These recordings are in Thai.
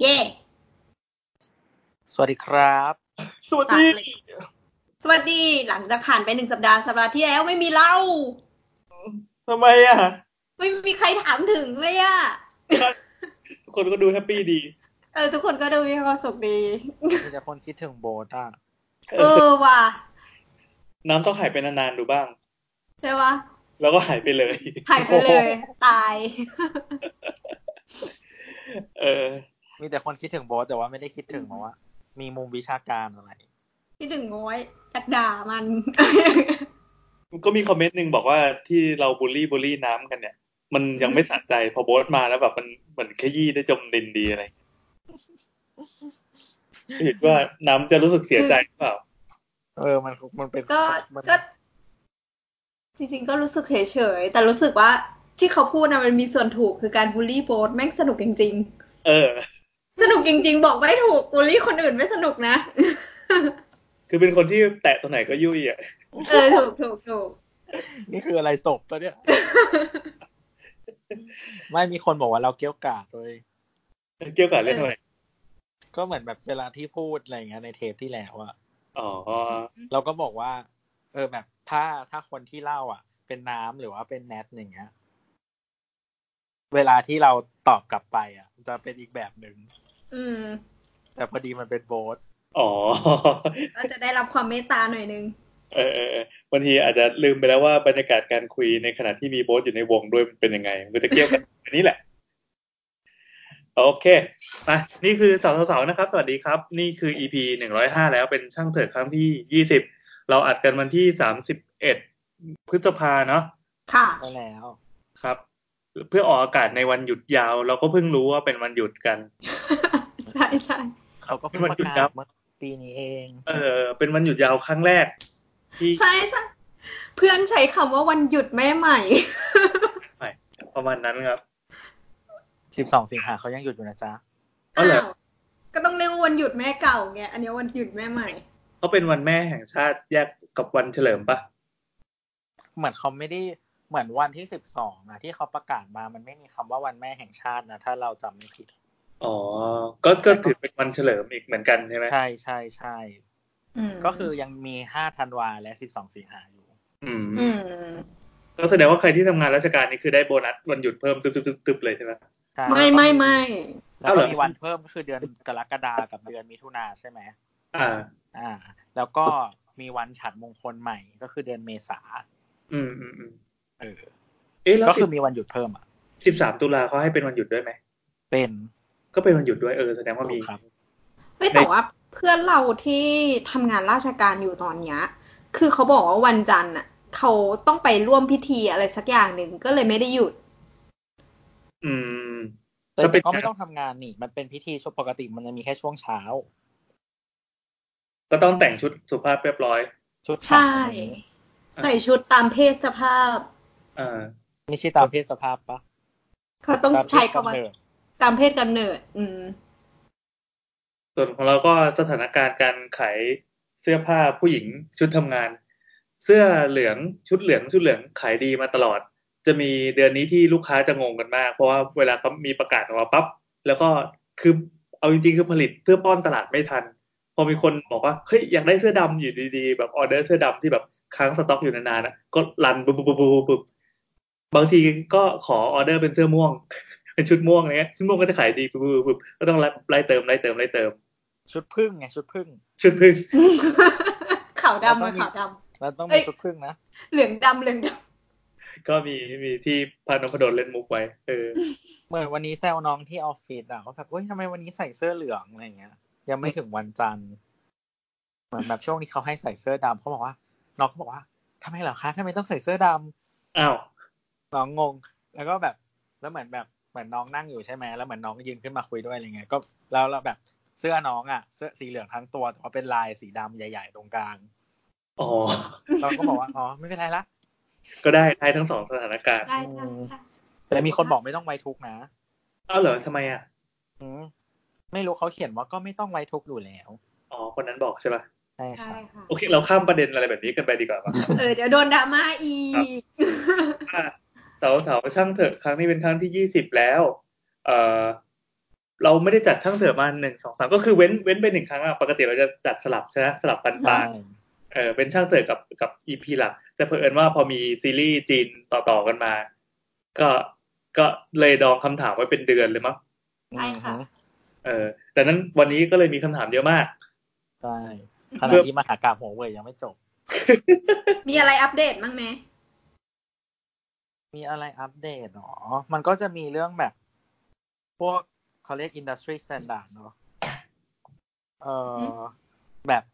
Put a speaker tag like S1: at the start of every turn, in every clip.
S1: เย่
S2: สวัสดีครับ
S3: สวัสดี
S1: สวัสดีหลังจากผ่านไปหนึ่งสัปดาห์สัปดาห์ที่แล้วไม่มีเล่า
S3: ทำไมอ่ะ
S1: ไม่มีใครถามถึงเลยอะ
S3: ทุกคนก็ดูแฮปปี้ดี
S1: เออทุกคนก็ดูมีความสุขดี
S2: มีแต่คนคิดถึงโบทอ่ะ
S1: เออว่ะ
S3: น้ำต้องหายไปนานๆดูบ้าง
S1: ใช่ปะ
S3: แล้วก็หายไปเลย
S1: หายไปเลย ตาย
S3: เออ
S2: มีแต่คนคิดถึงโบทแต่ว่าไม่ได้คิดถึงแบบว่า มีมุมวิชาการอะไร
S1: ที่ถึงง้อยอยากด่ามัน
S3: ก็มีคอมเมนต์หนึ่งบอกว่าที่เราบูลลี่บูลลี่น้ำกันเนี่ย มันยังไม่สะใจพอโบสมาแล้วแบบมันเหมือนขยี้ได้จมดินดีอะไรคิดว่าน้ำจะรู้สึกเสียใจหรือเปล่า
S2: เออ มันมันเป็น
S1: ก็
S2: มัน
S1: ก็ จริงๆก็รู้สึกเฉยๆแต่รู้สึกว่าที่เขาพูดนะมันมีส่วนถูกคือการบูลลี่โบสแม่งสนุกจริง
S3: เออ
S1: ๆ สนุกจริง ๆ บอกไม่ถูกบูลลี่คนอื่นไม่สนุกนะ
S3: คือเป็นคนที่แตะตรงไหนก็ยุ่ยอ่ะ
S1: เออถูกถูกถูก
S2: นี่คืออะไรศพตัวเนี้ย ไม่มีคนบอกว่าเราเกี้ยวกราดเลย
S3: เกี่ยวกับเรื่องอะไร
S2: ก็เหมือนแบบเวลาที่พูดอะไรอย่างเงี้ยในเทปที่แล้วอะ
S3: อ๋อ
S2: เราก็บอกว่า เออแบบถ้าถ้าคนที่เล่าอ่ะ เป็นน้ำหรือว่าเป็นแนทอย่างเงี้ย เวลาที่เราตอบกลับไปอ่ะ จะเป็นอีกแบบหนึ่ง
S1: อืม
S2: แต่พอดีมันเป็นโบท
S3: อ๋อ
S1: ก็จะได้รับความเมตตาหน่อยนึง
S3: เออเออเออบางทีอาจจะลืมไปแล้วว่าบรรยากาศการคุยในขณะที่มีโบสอยู่ในวงด้วยมันเป็นยังไง มันก็จะเกี่ยวกัน อันนี้แหละ โอเคมานี่คือสาวสาวๆนะครับ สวัสดีครับ นี่คือ EP หนึ่งร้อยห้าแล้วเป็นช่างเถิดครั้งที่ยี่สิบเราอัดกันวันที่สามสิบเอ็ดพฤษภาเนาะ
S1: ค่ะ
S2: ได้แล้ว
S3: ครับ เพื่อออกอากาศในวันหยุดยาว เราก็เพิ่งรู้ว่าเป็นวันหยุดกัน
S1: ใช่ใช่
S2: เขาก็เพิ่งประกาศเมื่อปีนี้เอง
S3: เออ เป็นวันหยุดยาวครั้งแรก ที่
S1: ใช่ใช่เพื่อนใช้คำว่าวันหยุดแม่ใหม่
S3: ประมาณนั้นครับ
S2: 12 สิงหาเขายังหยุดอยู่นะจ๊ะ
S3: อ๋อเหรอ
S1: าวก็ต้องเรียกว่าวันหยุดแม่เก่าไงอันนี้วันหยุดแม่ใหม่
S3: เขาเป็นวันแม่แห่งชาติแยกกับวันเฉลิมปะ
S2: เหมือนเขาไม่ได้เหมือนวันที่ 12นะที่เขาประกาศมา มันไม่มีคำว่าวันแม่แห่งชาตินะ ถ้าเราจำไม่ผิด
S3: อ๋อ ก็ก็ถือเป็นวันเฉลิมอีกเหมือนกันใช่ไหม
S2: ใช่ใช่ใช่
S1: อืม
S2: ก็คือยังมี 5 ธันวาและ 12 สิงหาอยู่
S3: อืม
S1: อืม
S3: ก็แสดงว่าใครที่ทำงานราชการนี่คือได้โบนัสวันหยุดเพิ่มตึ๊บตึ๊บตึ๊บตึ๊บเลยใช่ไหม
S2: ใช่
S1: ไม่ไม่ไม่
S2: แล้วก็
S3: เอาเหรอ
S2: มีวันเพิ่มก็คือเดือนกรกฎากับเดือนมิถุนาใช่ไหม
S3: อ่า
S2: อ่า แล้วก็มีวันฉัตรมงคลใหม่ก็คือเดือนเมษา
S3: อืมอืมอืม
S2: เออ
S3: เอ๊ะแล้ว
S2: ก็คือมีวันหยุดเพิ่มอ่ะ
S3: สิบสามตุลาเขาให้เป็นวันหยุดด้วยไหม
S2: เป็น
S3: ก็เป็นวันหยุดด้วยเออแสดงว่ามี
S2: ครับ
S1: ไม่แต่ว่าเพื่อนเราที่ทำงานราชการอยู่ตอนเนี้ยคือเขาบอกว่าวันจันทร์อ่ะเขาต้องไปร่วมพิธีอะไรสักอย่างหนึ่งก็เลยไม่ได้หยุด
S3: อืม
S2: แต่
S3: ก็เป็น
S2: ก็ไม่ต้องทำงานนี่ มันเป็นพิธีช่วงปกติมันจะมีแค่ช่วงเช้า
S3: ก็ต้องแต่งชุดสุภาพเรียบร้อย
S2: ชุด
S1: ใช่
S2: ขาวนี้
S1: ใส่ชุดตามเพศสภาพ
S3: อ่า
S2: ไม่ใช่ตามเพศสภาพปะ
S1: เขาต้อง
S2: ตามเพศ
S1: ใช้คำว่า
S2: ำเนิด
S1: ตามเพศกำเนิด อืม
S3: ส่วนของเราก็สถานการณ์การขายเสื้อผ้าผู้หญิงชุดทำงาน เสื้อเหลืองชุดเหลืองชุดเหลืองขายดีมาตลอด จะมีเดือนนี้ที่ลูกค้าจะงงกันมาก เพราะว่าเวลาเขามีประกาศออกมาปั๊บแล้วก็คือเอาจริงๆคือผลิตเพื่อป้อนตลาดไม่ทัน พอมีคนบอกว่าเฮ้ยอยากได้เสื้อดำอยู่ดีๆ แบบออเดอร์เสื้อดำที่แบบค้างสต็อกอยู่นานๆนะก็รันปุ๊บปุ๊บปุ๊บปุ๊บปุ๊บบางทีก็ขอออเดอร์เป็นเสื้อม่วง เป็นชุดม่วงอะไรเงี้ยชุดม่วงก็จะขายดีปุ๊บปุ๊บปุ๊บก็ต้องไล่เติมไล่เติมไล่เติม
S2: ชุดพึ่งไงชุดพึ่ง
S3: ชุดพึ่ง
S1: ขาวดำมาขาวด
S2: มันต้อง
S1: เอ้
S2: มี
S1: ย
S2: ชุดพึ่งนะ
S1: ำเหลืองดำเหลืองด
S3: ก็มีมีที่พานพดลเล่นมุกไว้เออ
S2: เหมือนวันนี้แซวน้องที่ออฟฟิศอ่ะว่าแบบเอ้ยทำไมวันนี้ใส่เสื้อเหลืองอะไรอย่างเงี้ย ยังไม่ถึงวันจันทร์เหมือนแบบช่วงที่เขาให้ใส่เสื้อดำเขาบอกว่า น้องก็บอกว่าทำไมเหรอคะทำไมต้องใส่เสื้อดำ
S3: อ้าว
S2: น้องงง แล้วก็แบบแล้วเหมือนแบบเหมือนน้องนั่งอยู่ใช่ไหมแล้วเหมือนน้องก็ยืนขึ้นมาคุยด้วยอะไรเงี้ยก็แล้วเราแบบเสื้อน้องอ่ะเสื้อสีเหลืองทั้งตัวแต่ว่าเป็นลายสีดำใหญ่ ๆ ตรงกลาง
S3: อ๋อ
S2: เราก็บอกว่า อ๋อ ไม่เป็นไรละ
S3: ก็ได้ได้ทั้งสองสถานการณ์
S1: ำได้ได้ได้
S2: แต่มีคนบอกไม่ต้องไว้ทุกข์นะ
S3: อ้าวเหรอทำไมอ่ะ
S2: อืมไม่รู้เขาเขียนว่าก็ไม่ต้องไว้ทุกข์อยู่แล้ว
S3: อ๋อคนนั้นบอกใช่ปะ
S2: ใช่
S1: ใช่
S2: ค่ะ
S1: ค่ะ
S3: โอเค เราข้ามประเด็นอะไรแบบนี้กันไปดีกว่าปะ
S1: เออเดี๋ยวโดนดราม่าอี
S3: ครับ
S1: ก
S3: ว่าสาวสาวๆช่างเถอะครั้งนี้เป็นครั้งที่ยี่สิบแล้ว เอ่อ เราไม่ได้จัดช่างเสริมมาหนึ่งสองสามก็คือเว้นเว้นไปหนึ่งครั้งอะปกติเราจะจัดสลับใช่ไหมสลับปันปลา
S2: ใช่
S3: ย เออเป็นช่างเสิร์ฟกับกับอีพีหลัก แต่เผอิญว่าพอมีซีรีส์จีนต่อๆกันมา ก็ก็เลยดองคำถามไว้เป็นเดือนเลยมั้ง
S1: ใช่ค่ะ
S3: เออแต่นั้นวันนี้ก็เลยมีคำถามเยอะมาก
S2: ใช่ขณะที่มหากราบหัวเว่ยยังไม่จบ
S1: มีอะไรอัปเดตบ้างไหม
S2: มีอะไรอัปเดตหรอ มันก็จะมีเรื่องแบบ พวกเขาเรียก industry standard เนอะเออแบบ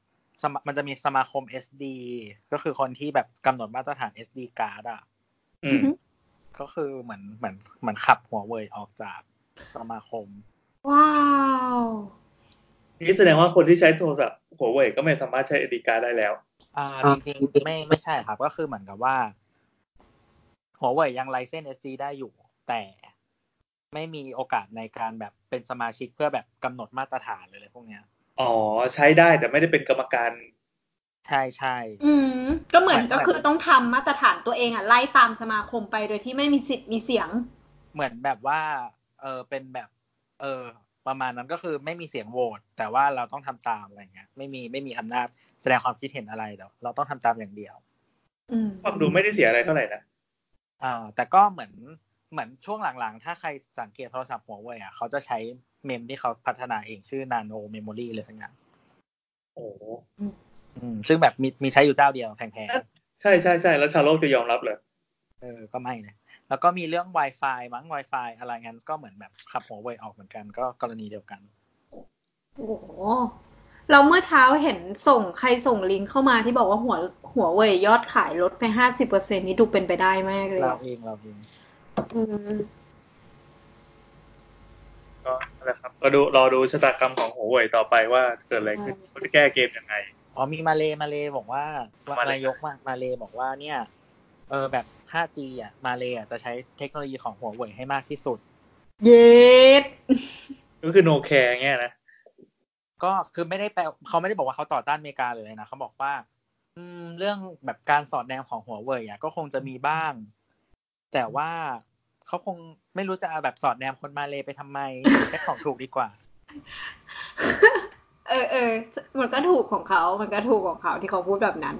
S2: สมามันจะมีสมาคม SD ก็คือคนที่แบบกำหนดมาตรฐาน SD card อ่ะ
S3: อืม
S2: ก็คือเหมือนเหมือนเหมือนขับหัวเว่ยออกจากสมาคม
S1: ว้าว
S3: นี่แสดงว่าคนที่ใช้โทรศัพท์หัวเว่ยก็ไม่สามารถใช้เอดิการได้แล้ว
S2: อ่าจริงๆไม่ไม่ใช่ครับ ก็คือเหมือนกับว่าหัวเว่ยยังไลเซน SD ได้อยู่ แต่ไม่มีโอกาสในการแบบเป็นสมาชิกเพื่อแบบกำหนดมาตรฐานเลยเลยพวกเนี้ย
S3: อ๋อ ใช้ได้แต่ไม่ได้เป็นกรรมการ
S2: ใช่ใช่
S1: อืม ก็เหมือนก็คือต้องทำมาตรฐานตัวเองอ่ะ ไล่ตามสมาคมไปโดยที่ไม่มีสิทธิ์มีเสียง
S2: เหมือนแบบว่า เออเป็นแบบ เออ ประมาณนั้นก็คือไม่มีเสียงโหวตแต่ว่าเราต้องทำตามอะไรเงี้ย ไม่มีไม่มีอำนาจแสดงความคิดเห็นอะไรแต่เราต้องทำตามอย่างเดียว
S1: อืม
S3: ฟังดูไม่ได้เสียอะไรเท่าไหร่นะ
S2: อ่า แต่ก็เหมือนเหมือนช่วงหลังๆ ถ้าใครสังเกตโทรศัพท์หัวเว่ยอ่ะเขาจะใช้เมมที่เขาพัฒนาเองชื่อ nano memory เลยทั้งนั้น
S3: โอ้โห
S2: อืมซึ่งแบบมีมีใช้อยู่เจ้าเดียวแพงๆ
S3: ใช่ใช่ใช่แล้วชาวโลกจะยอมรับเลย
S2: เออ ก็ไม่นะ แล้วก็มีเรื่อง Wi-Fi มั้ง Wi-Fi อะไรงั้นก็เหมือนแบบขับหัวเว่ยออกเหมือนกันก็กรณีเดียวกัน
S1: โอ้โหเราเมื่อเช้าเห็นส่งใครส่งลิงก์เข้ามาที่บอกว่าหัวหัวเว่ยยอดขายลดไปห้าสิบเปอร์เซ็นนี้ดูเป็นไปได้มากเลย
S2: เรา
S1: อะ
S2: เองเราเอง
S1: อืม
S3: ก็นั่นแหละครับก็ดูรอดูชะตากรรมของหัวเว่ยต่อไปว่าเกิดอะไรขึ้นเขาจะแก้เกมยังไง
S2: อ๋อมีมาเลมาเลบอกว่า
S3: มาเล
S2: นายกมามาเลบอกว่าเนี่ย เออแบบ 5G อ่ะมาเลอ่ะจะใช้เทคโนโลยีของหัวเว่ยให้มากที่สุด
S1: เย็ด
S3: ก็คือโนแคร์เงี้ยนะ
S2: ก็คือไม่ได้แปลเขาไม่ได้บอกว่าเขาต่อต้านอเมริกาหรืออะไรนะเขาบอกว่า อืม เรื่องแบบการสอดแนมของหัวเว่ยอ่ะก็คงจะมีบ้าง แต่ว่าเขาคงไม่รู้จะเอาแบบสอดแนมคนมาเลไปทำไมใช้ของถูกดีกว่า
S1: เออเออ มันก็ถูกของเขา มันก็ถูกของเขาที่เขาพูดแบบนั้น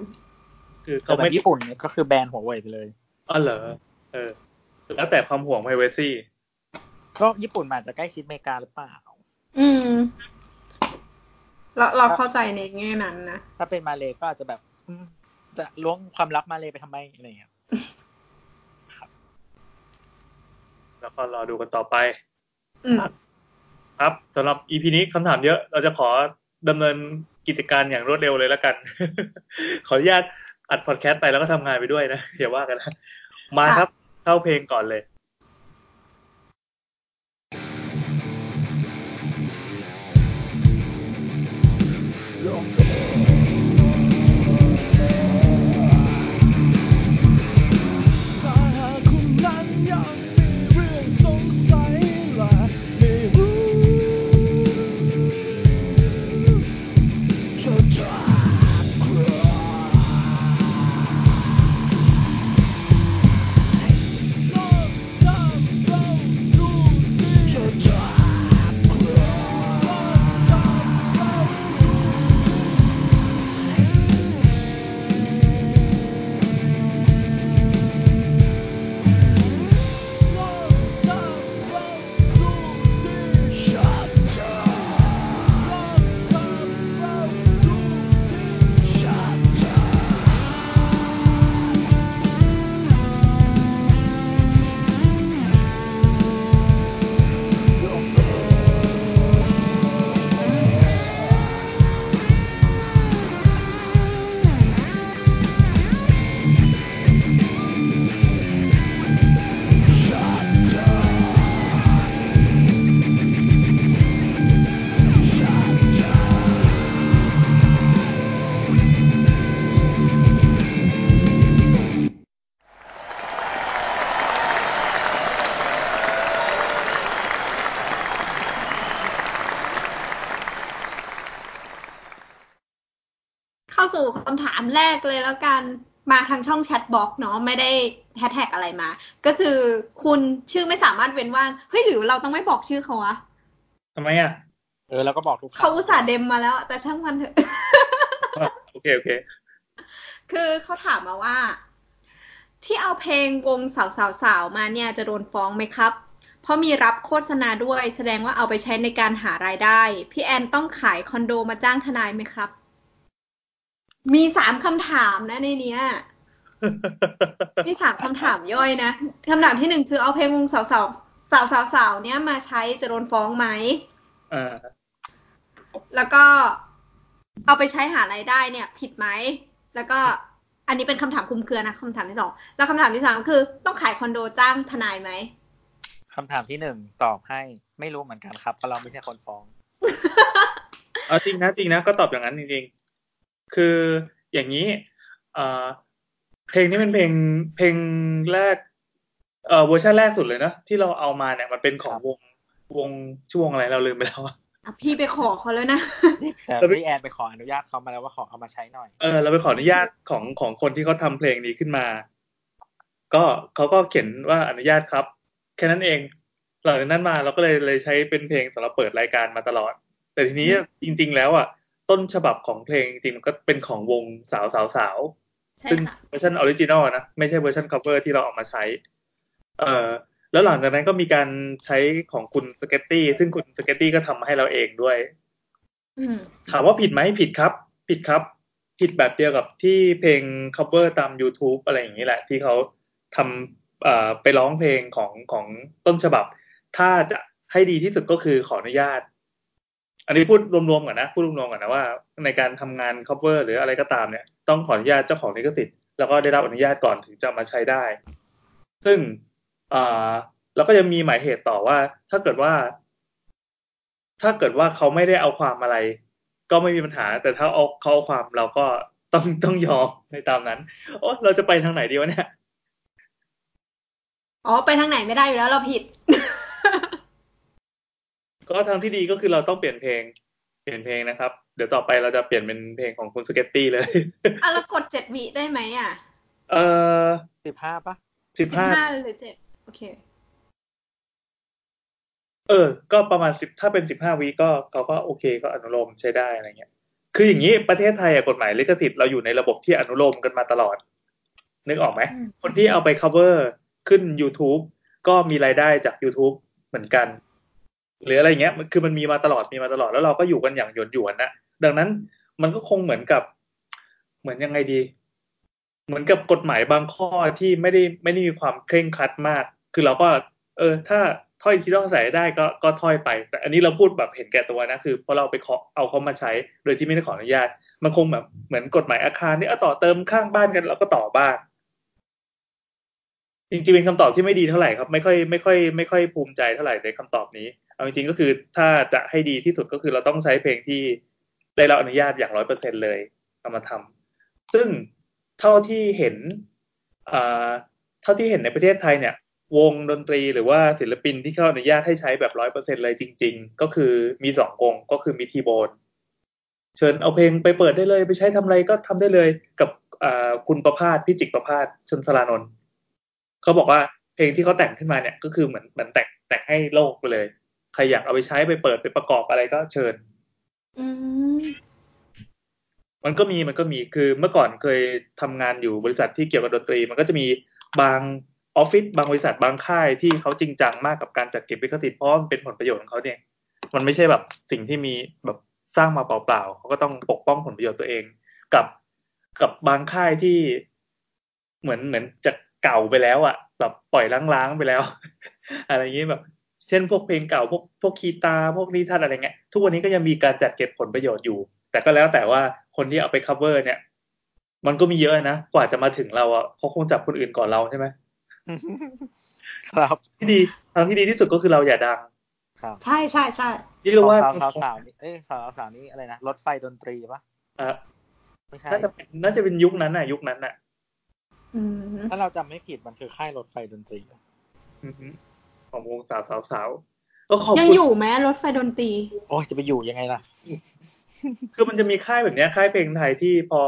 S3: คือ
S2: แต่
S3: เขา
S2: แบ
S3: ไม่
S2: บญี่ปุ่นเนี่ยก็คือแบนหัวเว่ยไปเลย
S3: อ๋อเหรอ เออ แล้วแต่ความห่วง privacy
S2: ก็ญี่ปุ่นมันอาจจะใกล้ชิดอเมริกาหรือเปล่า
S1: อืม เราเราเข้าใจในแง่นั้นนะ
S2: ถ้าเป็นมาเลก็อาจจะแบบอืมจะล้วงความลับมาเลไปทำไมอะไรอย่างเงี้ย
S3: แล้วก็รอดูกันต่อไป
S1: อืม
S3: ครับสำหรับ EP นี้คำถามเยอะ เราจะขอดำเนินกิจการอย่างรวดเร็วเลยแล้วกัน ขออนุญาตอัดพอดแคสต์ไปแล้วก็ทำงานไปด้วยนะ อย่าว่ากันนะ มาครับ เข้าเพลงก่อนเลย
S4: ถ้าหากคุณนั้นยังมีเรื่องสงสัยและไม่รู้จะจากใครนอกจากเรารู้ที่จะจากใครนอกจากเรารู้
S1: เข้าสู่คำถามแรกเลยแล้วกัน มาทางช่องแชทบล็อกเนาะ ไม่ได้แฮชแท็กอะไรมา ก็คือคุณชื่อไม่สามารถเว้นว่าง เฮ้ยหรือเราต้องไม่บอกชื่อเขาวะ
S3: ทำไมอ่ะ
S2: เออแล้วก็บอกทุกครั้ง
S1: เขาอุตส่าห์เดมมาแล้วอะแต่ช่างมันเถอะ
S3: โอเค โอเค
S1: คือเขาถามมาว่า ที่เอาเพลงวงสาวสาวสาวๆๆมาเนี่ยจะโดนฟ้องไหมครับ เพราะมีรับโฆษณาด้วย แสดงว่าเอาไปใช้ในการหารายได้ พี่แอนต้องขายคอนโดมาจ้างทนายไหมครับ มีสามคำถามนะในเนี้ย มีสามคำถามย่อยนะคำถามที่หนึ่งคือเอาเพลงวงสาวสาวสาวสาวสาวๆเนี่ยมาใช้จะโดนฟ้องไหม
S3: อ่า
S1: แล้วก็เอาไปใช้หารายได้เนี่ย ผิดไหม แล้วก็อันนี้เป็นคำถามคลุมเครือนะคำถามที่สองแล้วคำถามที่สามก็คือ ต้องขายคอนโดจ้างทนายไหม
S2: คำถามที่หนึ่งตอบให้ไม่รู้เหมือนกันครับเพราะเราไม่ใช่คนฟ้อง
S3: เอาจริงนะจริงนะก็ตอบอย่างนั้นจริงๆ คืออย่างนี้เอ่อเพลงนี้เป็นเพลงเพลงแรกเอ่อเวอร์ชันแรกสุดเลยนะที่เราเอามาเนี่ยมันเป็นของวงวงช่วงอะไรเราลืมไปแล้วอะ
S1: อ่ะพี่ไปขอเขาแล้วนะ
S2: แต่
S3: แล้วพี่
S2: พี่แอนไปขออนุญาตเขามาแล้วว่าขอเอามาใช้หน่อย
S3: เออเราไปขออนุญาตของของคนที่เขาทำเพลงนี้ขึ้นมา ก็เขาก็เขียนว่าอนุญาตครับ แค่นั้นเอง หลังจากนั้นมาเราก็เลยเลยใช้เป็นเพลงสำหรับเปิดรายการมาตลอด แต่ทีนี้จริง ๆ แล้วอ่ะต้นฉบับของเพลงจริงๆมันก็เป็นของวงสาวสาวสาว
S1: ใช่
S3: ซึ่ง
S1: ค่ะ
S3: เวอร์ชันออริจินอลนะ ไม่ใช่เวอร์ชันคัฟเวอร์ที่เราเออกมาใช้ เอ่อแล้วหลังจากนั้นก็มีการใช้ของคุณสเกตตี้ซึ่งคุณสเกตตี้ก็ทำมาให้เราเองด้วย
S1: อืม
S3: ถามว่าผิดไหมผิดครับ ผิดครับ ผิดแบบเดียวกับที่เพลง cover ตาม YouTube อะไรอย่างนี้แหละ ที่เขาทำเอ่อไปร้องเพลงของของต้นฉบับ ถ้าจะให้ดีที่สุดก็คือขออนุญาต อันนี้พูดรวมๆก่อนนะพูดรวมๆก่อนนะว่า ในการทำงาน cover หรืออะไรก็ตามเนี่ยต้องขออนุญาตเจ้าของลิขสิทธิ์แล้วก็ได้รับอนุญาตก่อนถึงจะเอามาใช้ได้ ซึ่งเอ่อแล้วก็ยังมีหมายเหตุต่อว่า ถ้าเกิดว่า ถ้าเกิดว่าเขาไม่ได้เอาความอะไร ก็ไม่มีปัญหา แต่ถ้าเอาเขาเอาความเราก็ต้องต้องยอมในตามนั้น โอ้เราจะไปทางไหนดีวะเนี่ย
S1: อ๋อ ไปทางไหนไม่ได้อยู่แล้วเราผิด
S3: ก็ทางที่ดีก็คือเราต้องเปลี่ยนเพลง เปลี่ยนเพลงนะครับ เดี๋ยวต่อไปเราจะเปลี่ยนเป็นเพลงของคุณสเก็ตตี้เลย
S1: อ่ะแล้วกดเจ็ดวิได้ไหมอ่ะ
S3: เออ
S2: สิบห้าปะ
S3: สิบ
S1: สิบ
S3: ห้า
S1: ห้าหรือเจ็ดโอเค
S3: เออ ก็ประมาณสิบถ้าเป็นสิบห้าวีก็เขาก็โอเคก็อนุโลมใช้ได้อะไรเงี้ย คืออย่างนี้ประเทศไทยอะกฎหมายลิขสิทธิ์เราอยู่ในระบบที่อนุโลมกันมาตลอด นึกออกไหม
S1: อืม
S3: คนที่เอาไป cover ขึ้น YouTube ก็มีรายได้จาก YouTube เหมือนกัน หรืออะไรเงี้ยมันคือมันมีมาตลอดมีมาตลอดแล้วเราก็อยู่กันอย่างหยวนหยวนๆนะดังนั้นมันก็คงเหมือนกับ เหมือนยังไงดี เหมือนกับกฎหมายบางข้อที่ไม่ได้ไม่ได้มีความเคร่งครัดมาก คือเราก็ เออ ถ้าถ้อยที่ต้องใส่ได้ก็ก็ถ้อยไป แต่อันนี้เราพูดแบบเห็นแก่ตัวนะคือเพราะเราไปขอเอาเขามาใช้ โดยที่ไม่ได้ขออนุญาต มันคงแบบเหมือนกฎหมายอาคารนี่เอาต่อเติมข้างบ้านกันแล้วก็ต่อบ้าน จริงๆเป็นคำตอบที่ไม่ดีเท่าไหร่ครับ ไม่ค่อยไม่ค่อยไม่ค่อยภูมิใจเท่าไหร่ในคำตอบนี้ เอาจริงๆก็คือถ้าจะให้ดีที่สุดก็คือเราต้องใช้เพลงที่ได้รับอนุญาตอย่างร้อยเปอร์เซ็นเลยเอามาทำซึ่งเท่าที่เห็นอ่าเท่าที่เห็นในประเทศไทยเนี่ย วงดนตรีหรือว่าศิลปินที่เขาอนุญาตให้ใช้แบบร้อยเปอร์เซ็นเลยจริง ๆ ก็คือมีสองวงก็คือมีทีโบน เชิญเอาเพลงไปเปิดได้เลย ไปใช้ทำอะไรก็ทำได้เลยกับอ่าคุณประพาสพี่จิกประพาสชนสลานนท์เขาบอกว่าเพลงที่เขาแต่งขึ้นมาเนี่ยก็คือเหมือนเหมือนแต่งแต่งให้โลกไปเลย ใครอยากเอาไปใช้ไปเปิดไปประกอบอะไรก็เชิญ
S1: อืม
S3: มันก็มีมันก็มีคือเมื่อก่อนเคยทำงานอยู่บริษัทที่เกี่ยวกับดนตรี มันก็จะมีบางออฟฟิศบางบริษัทบางค่ายที่เขาจริงจังมากกับการจัดเก็บลิขสิทธิ์เพราะมันเป็นผลประโยชน์ของเขาเนี่ย มันไม่ใช่แบบสิ่งที่มีแบบสร้างมาเปล่าๆเขาก็ต้องปกป้องผลประโยชน์ตัวเอง กับกับบางค่ายที่เหมือนเหมือนจะเก่าไปแล้วอะแบบปล่อยล้างๆไปแล้ว อะไรอย่างนี้แบบ เช่นพวกเพลงเก่าพวกพวกคีตา พวกนิทานอะไรเงี้ยทุกวันนี้ก็ยังมีการจัดเก็บผลประโยชน์อยู่ แต่ก็แล้วแต่ว่าคนที่เอาไป cover เนี่ย มันก็มีเยอะนะ กว่าจะมาถึงเราอ่ะเขาคงจับคนอื่นก่อนเราใช่ไหม
S2: ครับ
S3: ที่ดีทางที่ดีที่สุดก็คือเราอย่าดัง
S2: ครับ
S1: ใช่ใช่ใช่
S3: นี่เรียกว่า
S2: สาวสาวสาวนี่เอ้ยสาวสาวนี่อะไรนะรถไฟดนตรีปะ
S3: อ่ะ
S2: ไม่ใช่
S3: น่าจะเป็นน่าจะเป็นยุคนั้นน่ะ ยุคนั้นน่ะ
S1: อืม
S2: ถ้าเราจำไม่ผิดมันคือค่ายรถไฟดนตรี
S3: อือฮึของวงสาวสาวสาวก็ขอบ
S1: ยัง
S3: คุณ
S1: อยู่ไหมรถไฟดนตรี
S2: โอ้ยจะไปอยู่ยังไงล่ะ
S3: คือมันจะมีค่ายแบบเนี้ยค่ายเพลงไทยที่พอ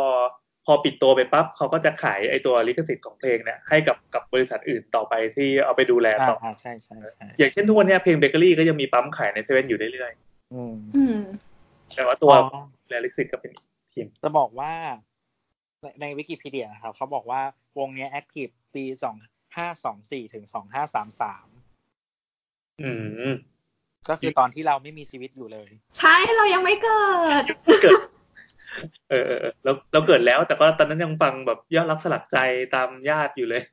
S3: พอปิดตัวไปปั๊บเขาก็จะขายไอตัวลิขสิทธิ์ของเพลงเนี่ยให้กับกับบริษัทอื่นต่อไปที่เอาไปดูแลต่ออ
S2: อ่าใช่ใช่ใช่
S3: อย่างเช่นทุกวันเนี้ยเพลงเบเกอรี่ก็ยังมีปั๊มขายในเซเว่นอยู่เรื่อย
S2: อืม
S1: อืม
S3: ๆแต่ว่าตัว
S2: อ๋อ
S3: แลลิขสิทธิ์ก็เป็นอีกทีม
S2: จะบอกว่าในในวิกิพีเดียนะครับเขาบอกว่าวงเนี้ยแอคทีฟปีสองห้าสองสี่ถึงสองห้าสามสาม
S3: อื ม
S2: ก็คือตอนที่เราไม่มีชีวิตอยู่เลย
S1: ใช่เรายังไม่เกิด
S3: เกิด เออเออเออเราเราเกิดแล้ว แต่ก็ตอนนั้นยังฟังแบบยอดรักสลักใจตามญาติอยู่เลย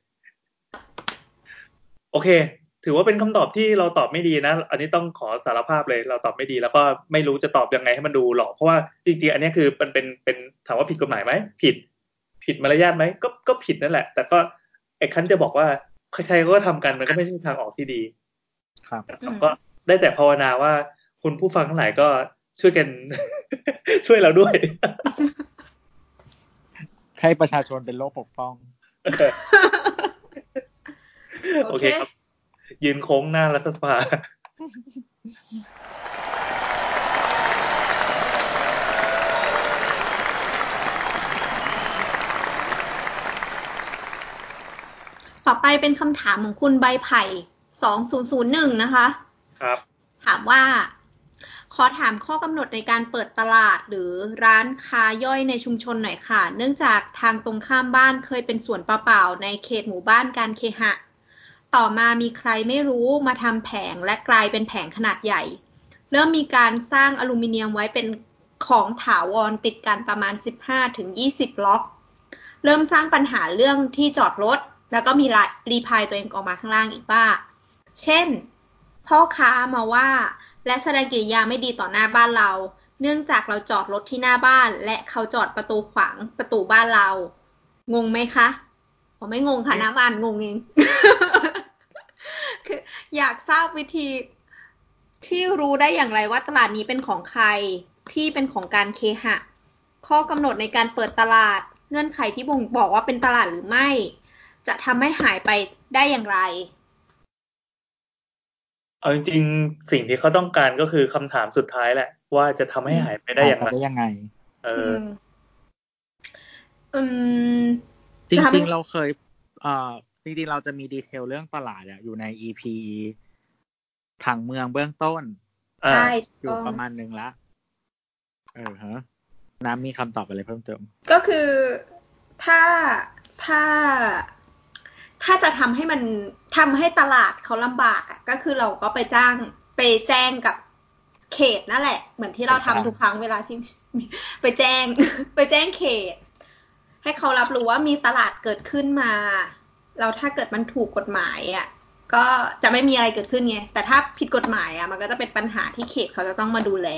S3: โอเค ถือว่าเป็นคำตอบที่เราตอบไม่ดีนะ อันนี้ต้องขอสารภาพเลย เราตอบไม่ดี แล้วก็ไม่รู้จะตอบยังไงให้มันดูหรอกเพราะว่าจริงๆอันเนี้ยคือมันเป็นเป็นถามว่าผิดกฎหมายไหมผิด ผิดมารยาทไหมก็ก็ผิดนั่นแหละ แต่ก็ไอ้คันจะบอกว่าใครๆก็ทำกันมันก็ไม่ใช่ทางออกที่ดี
S2: ครับ
S1: อืม
S3: ก็ได้แต่ภาวนาว่าคุณผู้ฟังทั้งหลายก็ช่วยกัน ช่วยเราด้วย
S2: ให้ประชาชนเป็นโลกปกป้อง
S3: โอเคครับ ยืนโค้งหน้ารัฐสภา
S1: ต่อไปเป็นคำถามของคุณใบไผ่สองศูนย์ศูนย์หนึ่งนะคะ
S3: ครับ
S1: ถามว่า ขอถามข้อกำหนดในการเปิดตลาดหรือร้านค้าย่อยในชุมชนหน่อยค่ะ เนื่องจากทางตรงข้ามบ้านเคยเป็นสวนเปล่าๆในเขตหมู่บ้านการเคหะ ต่อมามีใครไม่รู้มาทำแผงและกลายเป็นแผงขนาดใหญ่ เริ่มมีการสร้างอลูมิเนียมไว้เป็นของถาวรติดกันประมาณ 15-20 ล็อก เริ่มสร้างปัญหาเรื่องที่จอดรถ แล้วก็มีละรีพายตัวเองออกมาข้างล่างอีกว่า เช่น พ่อค้ามาว่า และแสดงกิริยาไม่ดีต่อหน้าบ้านเรา เนื่องจากเราจอดรถที่หน้าบ้าน และเขาจอดประตูขวางประตูบ้านเรา งงไหมคะผมไม่งงค่ะน้ำอ่านงงเอง คืออยากทราบวิธีที่รู้ได้อย่างไรว่าตลาดนี้เป็นของใครที่เป็นของการเคหะ ข้อกำหนดในการเปิดตลาด เงื่อนไขที่บ่งบอกว่าเป็นตลาดหรือไม่ จะทำให้หายไปได้อย่างไร
S3: เอาจริงๆ สิ่งที่เขาต้องการก็คือคำถามสุดท้ายแหละ ว่าจะทำให้หายไปได้อย่างไร
S2: ได้ยังไง
S3: เอ
S1: อื
S3: อ
S1: มอืม
S2: จ
S1: ทำ
S2: ริงๆ เราเคยเอ่อจริงๆ เราจะมีดีเทลเรื่องตลาดอะอยู่ใน EP ถังเมืองเบื้องต้น
S3: อ่า
S1: ใช่
S2: อ
S1: ก็
S2: ยู่ประมาณหนึ่งละ เออฮะ น้ำมีคำตอบอะไรเพิ่มเติม
S1: ก็คือถ้าถ้า ถ้าจะทำให้มันทำให้ตลาดเขาลำบากอะก็คือเราก็ไปจ้างไปแจ้งกับเขตนั่นแหละ เหมือนที่เราทำ
S2: ไปจ้าง
S1: ทุกครั้งเวลาที่ ไปแจ้ง ไปแจ้งเขต ให้เขารับรู้ว่ามีตลาดเกิดขึ้นมาเราถ้าเกิดมันถูกกฎหมายอ่ะก็จะไม่มีอะไรเกิดขึ้นไงแต่ถ้าผิดกฎหมายอ่ะมันก็จะเป็นปัญหาที่เขตเขาจะต้องมาดูแล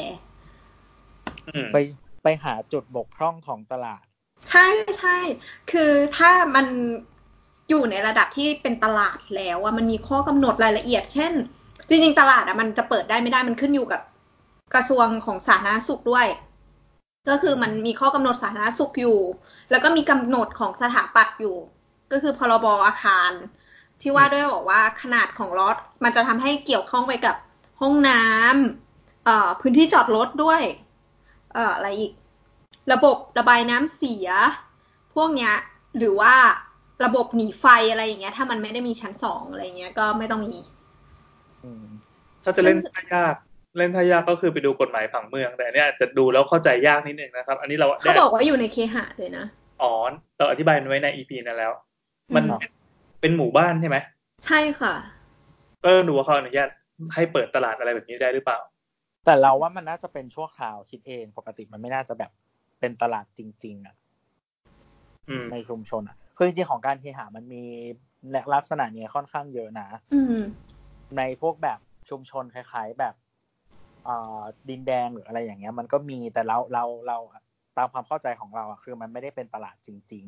S3: อืม
S2: ไปไปหาจุดบกพร่องของตลาด
S1: ใช่ใช่ คือถ้ามันอยู่ในระดับที่เป็นตลาดแล้วอะมันมีข้อกำหนดรายละเอียด เช่น จริงๆ ตลาดอะมันจะเปิดได้ไม่ได้มันขึ้นอยู่กับกระทรวงของสาธารณสุขด้วย ก็คือมันมีข้อกำหนดสาธารณสุขอยู่ แล้วก็มีกำหนดของสถาปัตย์อยู่ ก็คือพรบอาคาร ที่ว่าด้วยบอกว่าขนาดของรถมันจะทำให้เกี่ยวข้องไปกับห้องน้ำเอ่อพื้นที่จอดรถด้วย เอ่ออะไรอีก ระบบระบายน้ำเสีย พวกเนี้ยหรือว่าระบบหนีไฟอะไรอย่างเงี้ย ถ้ามันไม่ได้มีชั้นสองอะไรเงี้ยก็ไม่ต้องมี
S2: อืม
S3: ถ้าจะเล่นท่ายาก เล่นท่ายากก็คือไปดูกฎหมายผังเมือง แต่อันเนี้ยอาจจะดูแล้วเข้าใจยากนิดนึงนะครับ อันนี้เรา
S1: เขา
S3: ได้
S1: บอกว่าอยู่ในเคหะเลยนะ
S3: อ๋อนเราอธิบายมันไว้ในอีพีนั้นแล้ว มัน
S1: อืม
S3: เป็นเป็นหมู่บ้านใช่ไหม
S1: ใช่ค่ะ
S3: ก็ดูว่าเขาอนุญาตให้เปิดตลาดอะไรแบบนี้ได้หรือเปล่า
S2: แต่เราว่ามันน่าจะเป็นชั่วคราวคิดเอง ปกติมันไม่น่าจะแบบเป็นตลาดจริง ๆ อ่ะ
S3: อืม
S2: ในชุมชนอ่ะ คือจริงๆ ของการเคหามันมีลักษณะเนี้ยค่อนข้างเยอะนะ
S1: อืม
S2: ในพวกแบบชุมชนคล้ายๆแบบเอ่อดินแดงหรืออะไรอย่างเงี้ย มันก็มีแต่เราเราเราตามความเข้าใจของเราอะคือมันไม่ได้เป็นตลาดจริง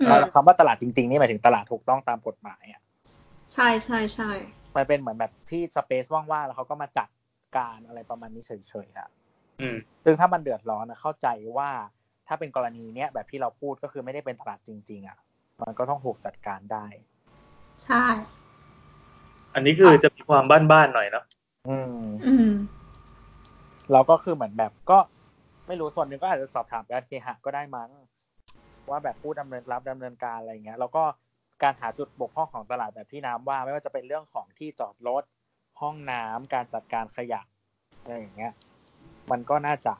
S1: อื
S2: ๆแล้ว
S1: ม
S2: คำว่าตลาดจริง ๆ นี่หมายถึงตลาดถูกต้องตามกฎหมายอะ
S1: ใช่ใช่ใช่
S2: มันเป็นเหมือนแบบที่สเปซว่างๆแล้วเขาก็มาจัดการอะไรประมาณนี้เฉยๆอะ
S3: อืม
S2: ซึ่งถ้ามันเดือดร้อนนะเข้าใจว่า ถ้าเป็นกรณีเนี้ยแบบที่เราพูดก็คือไม่ได้เป็นตลาดจริง ๆอะมันก็ต้องถูกจัดการได้
S1: ใช่
S3: อันนี้คือจะมีความบ้านๆหน่อยเนาะ
S2: อืม
S1: อืม
S2: เราก็คือเหมือนแบบก็ไม่รู้ส่วนหนึ่งก็อาจจะสอบถามการเคหะก็ได้มั้ง ว่าแบบผู้ดำเนินรับดำเนินการอะไรอย่างเงี้ย แล้วก็การหาจุดบกพร่องของตลาดแบบที่น้ำว่าไม่ว่าจะเป็นเรื่องของที่จอดรถห้องน้ำการจัดการขยะอะไรอย่างเงี้ย มันก็น่าจะ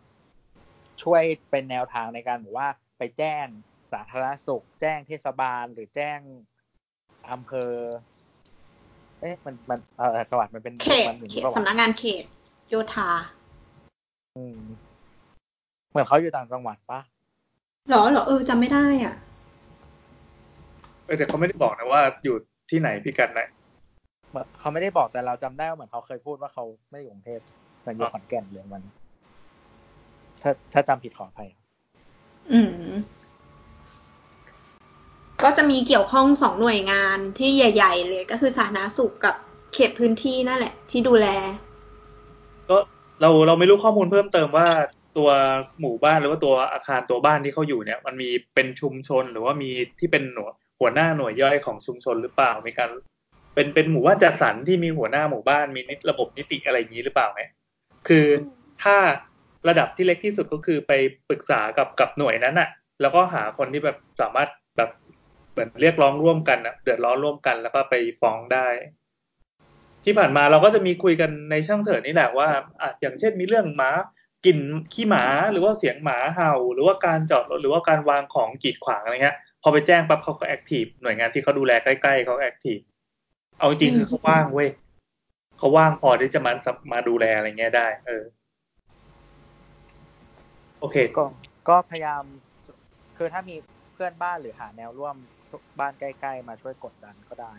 S2: ช่วยเป็นแนวทางในการบอกว่าไปแจ้งสาธารณสุข แจ้งเทศบาลหรือแจ้งอำเภอ เอ๊ะมันมันเออจังหวัดมันเป็น
S1: เขต
S2: มันหนึ่ง
S1: เข
S2: หรื
S1: ต
S2: อเปล่าวะ
S1: สำนักงานเขตโยธา
S2: อืมเหมือนเขาอยู่ต่างจังหวัดปะ
S1: เหรอเหรอเออจำไม่ได้อ่ะ
S3: เออแต่เขาไม่ได้บอกนะว่าอยู่ที่ไหนพิกัดไหน
S2: เหมือนเขาไม่ได้บอกแต่เราจำได้ว่าเหมือนเขาเคยพูดว่าเขาไม่ได้อยู่กรุงเทพแต่อยู่ขอนแก่นเลยมันถ้าถ้าจำผิดขออภัยครับ
S1: อืม ก็จะมีเกี่ยวข้องสองหน่วยงานที่ใหญ่ ๆ เลยก็คือสาธารณสุขกับเขตพื้นที่นั่นแหละ ที่ดูแล
S3: ก็เราเราไม่รู้ข้อมูลเพิ่มเติมว่าตัวหมู่บ้านหรือว่าตัวอาคารตัวบ้านที่เขาอยู่เนี่ย มันมีเป็นชุมชนหรือว่ามีที่เป็นหน่วยหัวหน้าหน่วยย่อยของชุมชนหรือเปล่ามีการเป็นเป็นหมู่บ้านจัดสรรที่มีหัวหน้าหมู่บ้านมีนิติระบบนิติอะไรอย่างนี้หรือเปล่าไหมคือถ้าระดับที่เล็กที่สุดก็คือไปปรึกษากับกับหน่วยนั้นอะแล้วก็หาคนที่แบบสามารถแบบเหมือนเรียกร้องร่วมกันอะเดือดร้อนร่วมกัน แล้วก็ไปฟ้องได้ ที่ผ่านมาเราก็จะมีคุยกันในช่างเถิดนี่แหละว่าอ่ะอย่างเช่นมีเรื่องหมากลิ่นขี้หมาหรือว่าเสียงหมาเห่า หรือว่าการจอดรถหรือว่าการวางของกีดขวางอะไรเงี้ยพอไปแจ้งปั๊บเขาก็แอคทีฟหน่วยงานที่เขาดูแลใกล้ๆเขาแอคทีฟเอาจริงๆคือเขาว่างเว้ยเขาว่างพอที่จะมามาดูแลอะไรเงี้ยได้ เออ โอเค
S2: ก็ก็พยายาม คือถ้ามีเพื่อนบ้านหรือหาแนวร่วมบ้านใกล้ๆมาช่วยกดดันก็ได้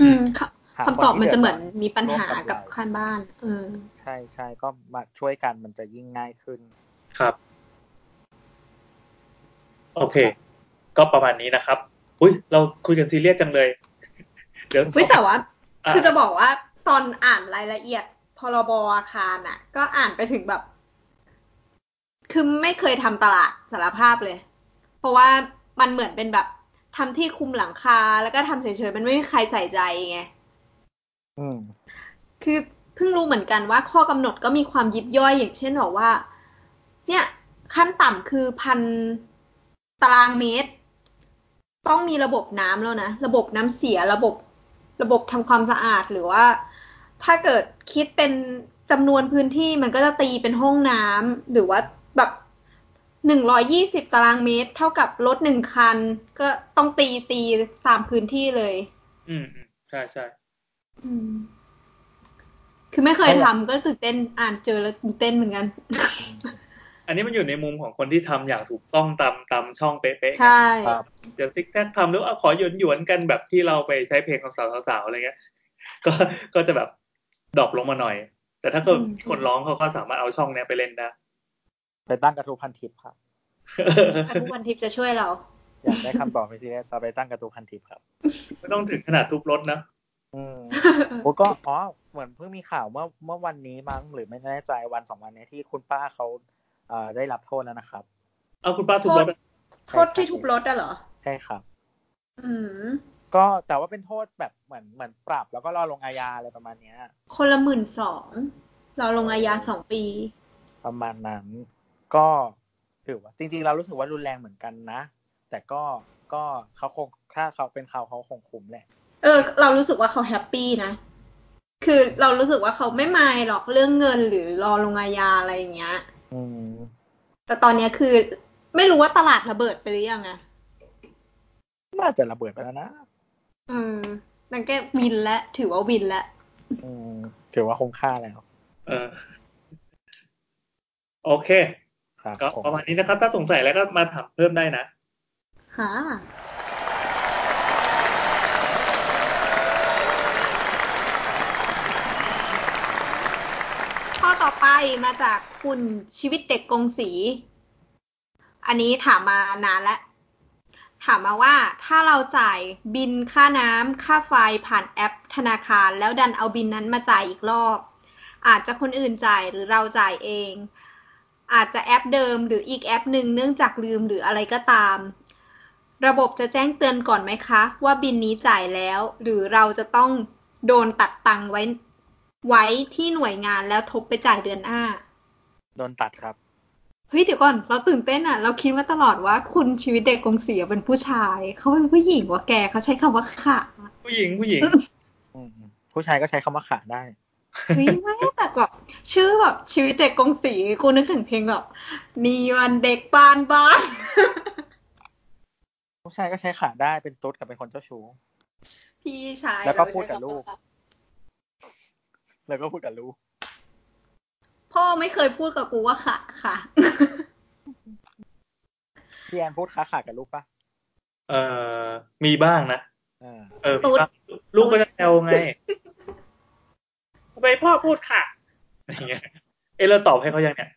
S1: อืมค่ะ
S2: หา
S1: คำตอบมันจะเหมือน
S2: ที่ดืดร้
S1: มีปัญหากับ
S2: ร่วม
S1: ข้างบ้าน เออ
S2: เราใช่ใช่ก็มาช่วยกันมันจะยิ่งง่ายขึ้น
S3: ครับ โอเค ก็ประมาณนี้นะครับ อุ้ยเราคุยกันซีเรียสจังเลย เดี๋ยว
S1: เฮ้ยแต่ว่า
S3: อ่า
S1: คือจะบอกว่าตอนอ่านรายละเอียดพรบอาคารอ่ะ ก็อ่านไปถึงแบบ คือไม่เคยทำตลาดสารภาพเลย เพราะว่ามันเหมือนเป็นแบบทำที่คุมหลังคา แล้วก็ทำเฉยๆ มันไม่มีใครใส่ใจไง
S2: อืม
S1: คือเพิ่งรู้เหมือนกันว่าข้อกำหนดก็มีความยิบย่อยอย่างเช่นบอกว่า เนี่ย ขั้นต่ำคือพันตารางเมตร ต้องมีระบบน้ำแล้วนะ ระบบน้ำเสียระบบระบบทำความสะอาดหรือว่า ถ้าเกิดคิดเป็นจำนวนพื้นที่มันก็จะตีเป็นห้องน้ำหรือว่าแบบหนึ่งร้อยี่สิบตารางเมตร เท่ากับรถหนึ่งคัน ก็ต้องตีตีตามพื้นที่เลย
S3: อืมอืมใช่ใช่
S1: อืม คือไม่เคย
S2: เอาล่ะ
S1: ทำก็ตื่นเต้นอ่านเจอแล้วตื่นเต้นเหมือนกัน
S3: อันนี้มันอยู่ในมุมของคนที่ทำอย่างถูกต้องตามตามช่องเป๊ะๆ
S1: ใช่
S2: ครับ
S3: เดี๋ยวซิกแซกทำแล้วเอาขอหยวนหยวนๆกันแบบที่เราไปใช้เพลงของสาวๆอะไรเงี้ย ก็ก็จะแบบดรอปลงมาหน่อย แต่ถ้าเกิด
S1: อืม
S3: คนร้องเขาก็สามารถเอาช่องเนี้ยไปเล่นได้
S2: ไปตั้งกระทู้พันทิปครับ
S1: อนุวันทิพย์จะช่วยเรา
S2: อยากได้คำตอบไป ซีเรียสเราไปตั้งกระทู้พันทิปครับ
S3: ไม่ต้องถึงขนาดทุบรถนะ
S2: อืม โอ้ก็อ๋อเหมือนเพิ่งมีข่าวเมื่อเมื่อวันนี้มั้งหรือไม่แน่ใจวันสองวันเนี้ยที่คุณป้าเขาเอ่อได้รับโทษแล้วนะครับ
S3: เอาคุณป้าทุบรถอะ
S1: โทษที่ทุบรถอะเหรอ
S2: ใช่ครับ
S1: อืม
S2: ก็แต่ว่าเป็นโทษแบบเหมือนเหมือนปรับ แล้วก็รอลงอาญาอะไรประมาณเนี้ย
S1: คนละหมื่นสองเราลงอาญาสองปี
S2: ประมาณนั้น ก็ถือว่า จริง ๆ เรารู้สึกว่ารุนแรงเหมือนกันนะ แต่ก็ก็เขาคงถ้าเขาเป็นเขาเขาคงคุมแหละ
S1: เออ เรารู้สึกว่าเขาแฮปปี้นะ คือเรารู้สึกว่าเขาไม่มายหรอกเรื่องเงินหรือรอลงอาญาอะไรอย่างเงี้ย
S2: อืม
S1: แต่ตอนเนี้ยคือ ไม่รู้ว่าตลาดระเบิดไปหรือยังอะ
S2: น่าจะระเบิดไปแล้วนะ
S1: เออนั่นแกวินแล้วถือว่าวินแล้ว
S2: อืมถือว่าคุ้มค่าแล้ว
S3: เออ โอเค
S2: ครับ
S3: ก็
S2: ผม
S3: ประมาณนี้นะครับ ถ้าสงสัยแล้วก็มาถามเพิ่มได้นะ
S1: ค่ะ ข้อต่อไปมาจากคุณชีวิตเด็กกงสี อันนี้ถามมานานแล้ว ถามมาว่าถ้าเราจ่ายบินค่าน้ำค่าไฟผ่านแอปธนาคาร แล้วดันเอาบินนั้นมาจ่ายอีกรอบ อาจจะคนอื่นจ่ายหรือเราจ่ายเอง อาจจะแอปเดิมหรืออีกแอปหนึ่งเนื่องจากลืมหรืออะไรก็ตาม ระบบจะแจ้งเตือนก่อนไหมคะ ว่าบินนี้จ่ายแล้ว หรือเราจะต้องโดนตัดตังค์ไว้ ไว้ที่หน่วยงานแล้วทบไปจ่ายเดือนหน้า
S2: โดนตัดครับ
S1: เฮ้ยเดี๋ยวก่อนเราตื่นเต้นอ่ะ เราคิดมาตลอดว่าคุณชีวิตเด็กกงสีอะเป็นผู้ชาย เขาเป็นผู้หญิงว่ะแกเขาใช้คำว่าขา
S3: ผู้หญิงผู้ห ญิง
S2: อืมผู้ชายก็ใช้คำว่าขาได้
S1: เฮ้ยไม่แต่แบบชื่อแบบชีวิตเด็กกงสีกูนึกถึงเพลงแบบนี่วันเด็กปานบ้าน
S2: ผู้ชายก็ใช้ขาได้เป็นตุ๊ดกับเป็นคนเจ้าชู้
S1: พี่ชาย
S2: แล้วก็พูดกับลูก แล้วก็พูดกับลูก
S1: พ่อไม่เคยพูดกับกูว่าขาค่ะ
S2: พี่แอนพูดขาขากับลูกปะ
S3: เอ่อมีบ้างนะ
S2: เออ
S3: เออ
S1: ตุ๊
S3: มี
S1: ด
S3: บ้างลูกก็จะแซวไงทำไมพ่อพูดค่ะอะไรเงี้ยเอยเราตอบให้เขายังเนี่ย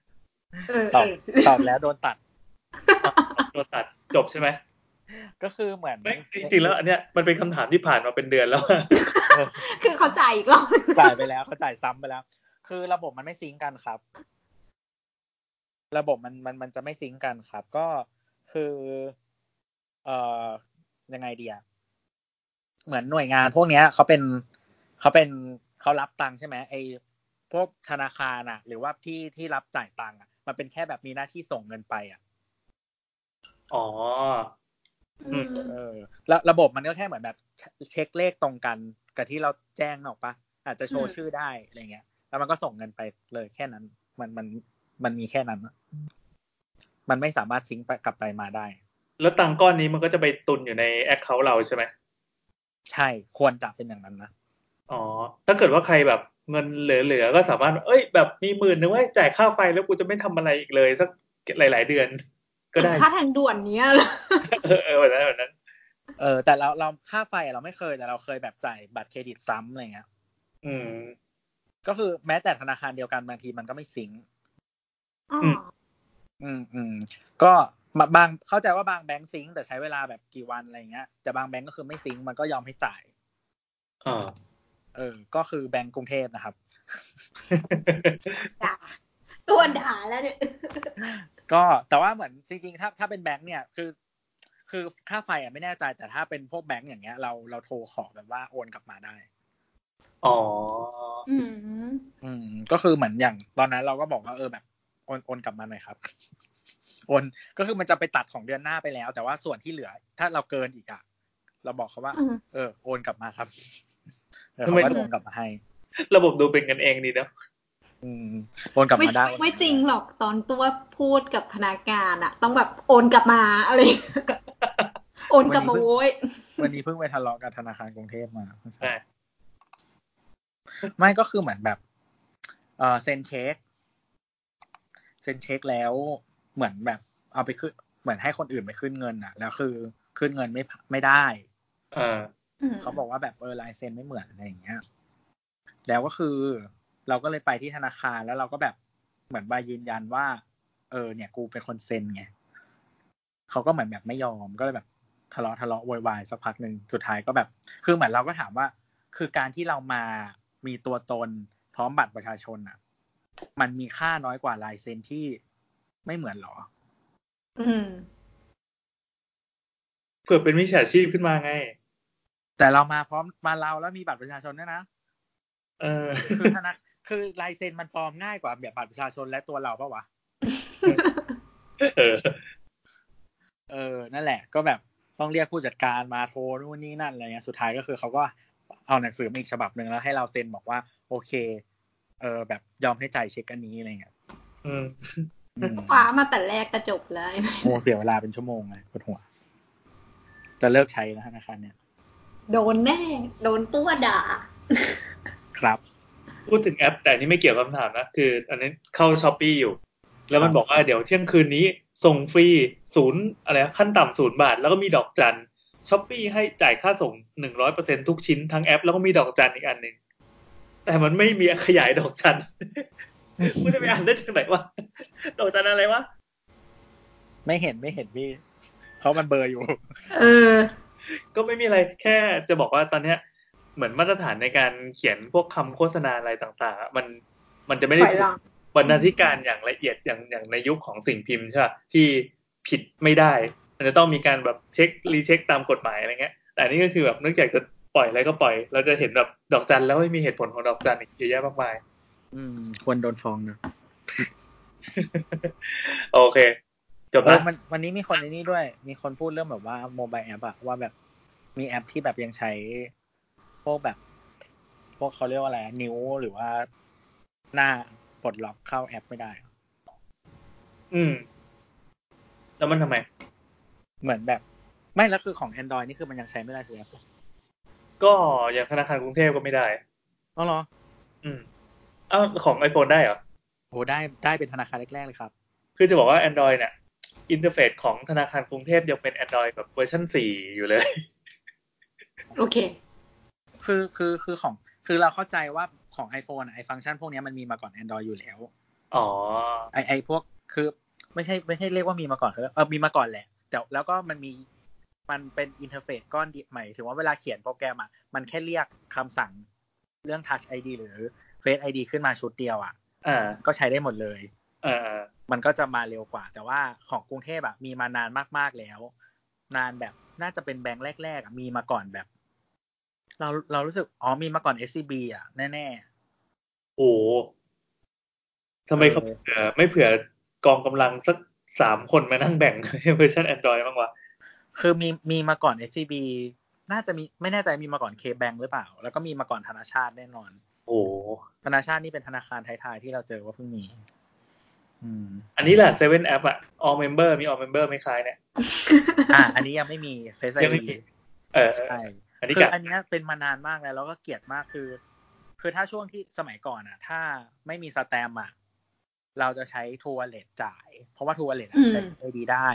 S1: เออ
S2: ต
S1: เอ
S2: อบ
S1: อ
S2: ตอบแล้วโดนตัด
S3: โดนตัดจบใช่ไหม
S2: ก็คือเหมือน
S3: ไม่จริงๆแล้ว อันเนี้ยมันเป็นคำถามที่ผ่านมาเป็นเดือนแล้วอะ
S1: คือเขาจ่ายอีกรอบ
S2: จ่ายไปแล้วเขาจ่ายซ้ำไปแล้ว คือระบบมันไม่ซิงก์กันครับ ระบบมันมันมันจะไม่ซิงก์กันครับ ก็คือ เอ่อยังไงเดียเหมือนหน่วยงานพวกเนี้ยเขาเป็นเขาเป็นเขารับตังค์ใช่ไหมไอพวกธนาคารอะหรือว่าที่ที่รับจ่ายตังค์อะมันเป็นแค่แบบมีหน้าที่ส่งเงินไปอะ
S3: อ๋อ
S1: อืม
S2: เออแล้วระบบมันก็แค่เหมือนแบบเชเช็คเลขตรงกันกับที่เราแจ้งออกปะอาจจะโชว์ชื่อได้อะไรเงี้ย แล้วมันก็ส่งเงินไปเลยแค่นั้น มันมันมันมีแค่นั้นอะมันไม่สามารถซิงค์ไปกลับไปมาได้
S3: แล้วตังค์ก้อนนี้มันก็จะไปตุนอยู่ในแอคเคาท์เราใช่ไหม
S2: ใช่ควรจะเป็นอย่างนั้นนะ
S3: อ๋อ ถ้าเกิดว่าใครแบบเงินเหลือๆก็สามารถ เอ้ย แบบมีหมื่นนึงไว้ยจ่ายค่าไฟแล้วกูจะไม่ทำอะไรอีกเลย สักหลาย ๆ เดือน ก็ ได้
S1: ค่าทางด่วนเนี้ยเหรอ
S3: เออเออแบบนั้นแบบนั้น
S2: เออแต่เราเราค่าไฟอะเราไม่เคยแต่เราเคยแบบจ่ายบัตรเครดิตซ้ำอะไรเงี้ย
S3: อืม
S2: ก็คือแม้แต่ธนาคารเดียวกันบางทีมันก็ไม่ซิงค์
S1: อ๋อ
S3: ม
S2: อืมอืมก็มาบางเข้าใจว่าบางแบงค์ซิงค์แต่ใช้เวลาแบบกี่วันอะไรเงี้ยแต่บางแบงค์ก็คือไม่ซิงค์มันก็ยอมให้จ่าย
S3: อ่า
S2: เออ ก็คือแบงก์กรุงเทพนะครับ
S1: ด่าตัวด่าแล้วเนี่ย
S2: ก็แต่ว่าเหมือนจริงๆ ถ้าถ้าเป็นแบงก์เนี่ยคือ คือค่าไฟอ่ะไม่แน่ใจแต่ถ้าเป็นพวกแบงก์อย่างเงี้ยเราเราโทรขอแบบว่าโอนกลับมาได้
S3: อ๋อ
S1: อืม
S2: อืม ก็คือเหมือนอย่างตอนนั้นเราก็บอกว่าเออแบบโอนโอนกลับมาหน่อยครับ โอนก็คือมันจะไปตัดของเดือนหน้าไปแล้ว แต่ว่าส่วนที่เหลือ ถ้าเราเกินอีกอ่ะเราบอกเขาว่า
S1: อืม
S2: เออโอนกลับมาครับเออ
S3: ทำ
S2: เขา
S3: ไม
S2: ก็โอนกลับมาให้
S3: ระบบดูเป็นกันเองดีเนอะ
S2: อืมโอนกลับ
S1: ไม่
S2: มาได้
S1: ไม่จริงหรอกตอนตัวพูดกับพนักงานอะต้องแบบโอนกลับมา อะไร โอนกลับมาโว้ย
S2: วันนี้เพิ่งไปทะเลาะกับธนาคารกรุงเทพมา
S3: ใช่
S2: ไม่ก็คือเหมือนแบบ เออเซ็นเช็คเซ็นเช็คแล้วเหมือนแบบ เอาไปขึ้นเหมือนให้คนอื่นไปขึ้นเงินอ่ะ แล้วคือขึ้นเงินไม่ผ่ไม่ได้
S3: อ่า
S2: เขาบอกว่าแบบเออลายเซ็นไม่เหมือนอะไรอย่างเงี้ย แล้วก็คือเราก็เลยไปที่ธนาคารแล้วเราก็แบบเหมือนใบยืนยันว่า เออ เนี่ย กูเป็นคนเซ็นไงเขาก็เหมือนแบบไม่ยอมก็เลยแบบทะเลาะทะเลาะโวยวายสักพักหนึ่งสุดท้ายก็แบบ คือเหมือนเราก็ถามว่า คือการที่เรามามีตัวตนพร้อมบัตรประชาชนอ่ะ มันมีค่าน้อยกว่าลายเซ็นที่ไม่เหมือนเหรอ
S1: อืม
S3: เผื่อเป็นมิจฉาชีพขึ้นมาไง
S2: แต่เรามาพร้อมมาเราแล้วมีบัตรประชาชนด้วยนะ
S3: เออ
S2: คือธนาคือลายเซ็นมันปลอมง่ายกว่าแบบบัตรประชาชนและตัวเราปะวะ
S3: เออ
S2: เออ นั่นแหละ ก็แบบต้องเรียกผู้จัดการมาโทรนู่นนี่นั่นอะไรเงี้ย สุดท้ายก็คือเขาก็เอาหนังสือมาอีกฉบับหนึ่งแล้วให้เราเซ็นบอกว่า โอเค เออ แบบยอมให้จ่ายเช็คอันนี้อะไรเงี้ย
S3: อืม
S2: อืม
S1: ฟ้ามาแต่แรกกระจบเลย
S2: โอ้เสียเวลาเป็นชั่วโมงเลยปวดหัว จะเลิกใช้แล้วธนาคารเนี่ย
S1: โดนแน่ โดนตัวด่า
S2: ครับ
S3: พูดถึงแอป แต่อันนี้ไม่เกี่ยวกับคำถามนะ คือ อันนี้เข้าช้อปปีอยู่ แล้วมันบอกว่าเดี๋ยวเที่ยงคืนนี้ ส่งฟรีศูนย์อะไรนะขั้นต่ำศูนย์บาท แล้วก็มีดอกจันช้อปปีให้จ่ายค่าส่งหนึ่งร้อยเปอร์เซ็นทุกชิ้นทั้งแอป แล้วก็มีดอกจันอีกอันหนึ่งแต่มันไม่มีขยายดอกจัน กูจะไปอ่านได้จากไหนวะดอกจันอะไรวะ
S2: ไม่เห็นไม่เห็นพี่ เพราะมันเบลอร์อยู่
S1: เออ
S3: ก็ไม่มีอะไรแค่จะบอกว่าตอนเนี้ย เหมือนมาตรฐานในการเขียนพวกคำโฆษณาอะไรต่างๆอะมันมันจะไม่
S1: ถ
S3: ได้
S1: อย
S3: ถู
S1: ห
S3: ก
S1: ลัง
S3: บรรณาธิการอย่างละเอียดอย่างอย่างในยุคของสิ่งพิมพ์ใช่ป่ะที่ผิดไม่ได้ มันจะต้องมีการแบบเช็ครีเช็คตามกฎหมายอะไรเงี้ย แต่อันนี่ก็คือแบบเนื่องจากจะปล่อยอะไรก็ปล่อย เราจะเห็นแบบดอกจันแล้วไม่มีเหตุผลของดอกจันอีกเยอะแยะมากมาย
S2: อืม ควรโดนฟ้องนะ
S3: โอเค จบ
S2: เอ
S3: แล้
S2: อ
S3: ว
S2: มันวันนี้มีคนในนี้ด้วย มีคนพูดเรื่องแบบว่าโมบายแอปอะว่าแบบมีแอปที่แบบยังใช้ พวกแบบ พวกเขาเรียกว่าอะไรอะนิ้วหรือว่าหน้าปลดล็อกเข้าแอปไม่ได้
S3: อืม แล้วมันทำไม
S2: เหมือนแบบ ไม่แล้วคือของ Android นี่คือมันยังใช้ไม่ได้คือแอป
S3: ก็อย่างธนาคารกรุงเทพก็ไม่ได้
S2: อ๋อเหรอ
S3: อืมเอ้าของ iPhone ได้เหรอ
S2: โหได้ได้เป็นธนาคารแรกๆเลยครับ
S3: คือจะบอกว่า Android เนี่ยอินเทอร์เฟซของธนาคารกรุงเทพยังเป็น Android แบบเวอร์ชัน4 อยู่เลย
S1: โอเค
S2: คือคือคือของ คือเราเข้าใจว่าของ iPhone อะไอฟังก์ชันพวกเนี้ยมันมีมาก่อน Android อยู่แล้ว
S3: อ๋อ
S2: ไอไอพวกคือไม่ใช่ไม่ใช่เรียกว่ามีมาก่อนเขาเรียกเออมีมาก่อนแหละ แต่แล้วก็มันมีมันเป็นอินเทอร์เฟซก้อนเดียวหมายถึงว่าเวลาเขียนโปรแกรมอ่ะมันแค่เรียกคำสั่งเรื่อง Touch ID หรือ Face ID ขึ้นมาชุดเดียวอ่ะ
S3: อ่า
S2: ก็ใช้ได้หมดเลย
S3: อ่า
S2: มันก็จะมาเร็วกว่า แต่ว่าของกรุงเทพอ่ะมีมานานมากๆแล้ว นานแบบน่าจะเป็นแบงค์แรกๆอะมีมาก่อนแบบ เราเรารู้สึกอ๋อมีมาก่อน SCB อ่ะแน่
S3: โอ้โหทำไมเขา
S2: เออ
S3: เผื่อไม่เผื่อกองกำลังสักสามคนมานั่งแบ่ง ให้เวอร์ชัน Android บ้างวะ
S2: ๆคือมีมีมาก่อน SCB น่าจะมีไม่แน่ใจมีมาก่อน K-Bank หรือเปล่า แล้วก็มีมาก่อนธนาชาติแน่นอน
S3: โอ้โห
S2: ธนาชาตินี่เป็นธนาคารไทยๆที่เราเจอว่าเพิ่งมี อืม
S3: อันนี้แหละเซเว่นแอปอะ all member มี all member ไหม่คล้ายเนี่ย
S2: อ่ะอันนี้ยังไม่มีเฟซไอ
S3: ยังไม่มี
S2: ดี
S3: เออ
S2: ใช่
S3: อันนี้
S2: คื
S3: กั
S2: ออันเนี้ยเป็นมานานมากแล้วแล้วก็เกลียดมากคือ คือถ้าช่วงที่สมัยก่อนอ่ะ ถ้าไม่มีสแตมป์อ่ะเราจะใช้ทัวร์เลทจ่าย เพราะว่าทัวร์เลท
S1: อืม
S2: ใช้ไอดีได้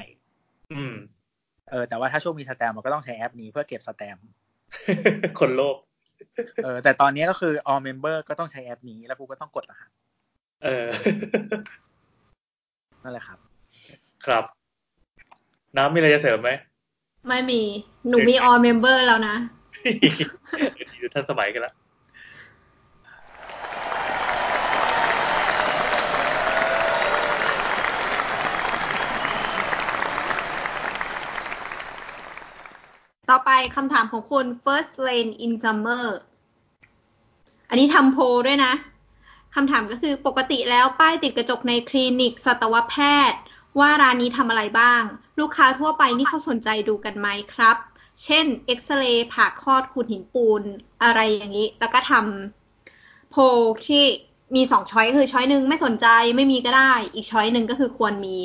S3: อืม
S2: เออแต่ว่าถ้าช่วงมีสแตมป์มันก็ต้องใช้แอปนี้เพื่อเก็บสแตมป์
S3: คนโลภ
S2: เออแต่ตอนเนี้ยก็คือ all member ก็ต้องใช้แอปนี้ แล้วกูก็ต้องกดรหัส
S3: เออ
S2: นั่นแหละครับ
S3: ครับ น้ำมีอะไรจะเสริมไหม
S1: ไม่มี หนูมี all member แล้วนะ
S3: อยู่ทันสมัยกันละ
S1: ต่อไปคำถามของคุณ first lane in summer อันนี้ทำโพลด้วยนะ คำถามก็คือปกติแล้วป้ายติดกระจกในคลินิกสัตวแพทย์ ว่าร้านนี้ทำอะไรบ้าง ลูกค้าทั่วไปนี่เขาสนใจดูกันไหมครับ เช่น เอ็กซเรย์ผ่าคลอดขูดหินปูน อะไรอย่างนี้ แล้วก็ทำโพลที่มีสองช้อยคือช้อยหนึ่งไม่สนใจไม่มีก็ได้ อีกช้อยหนึ่งก็คือควรมี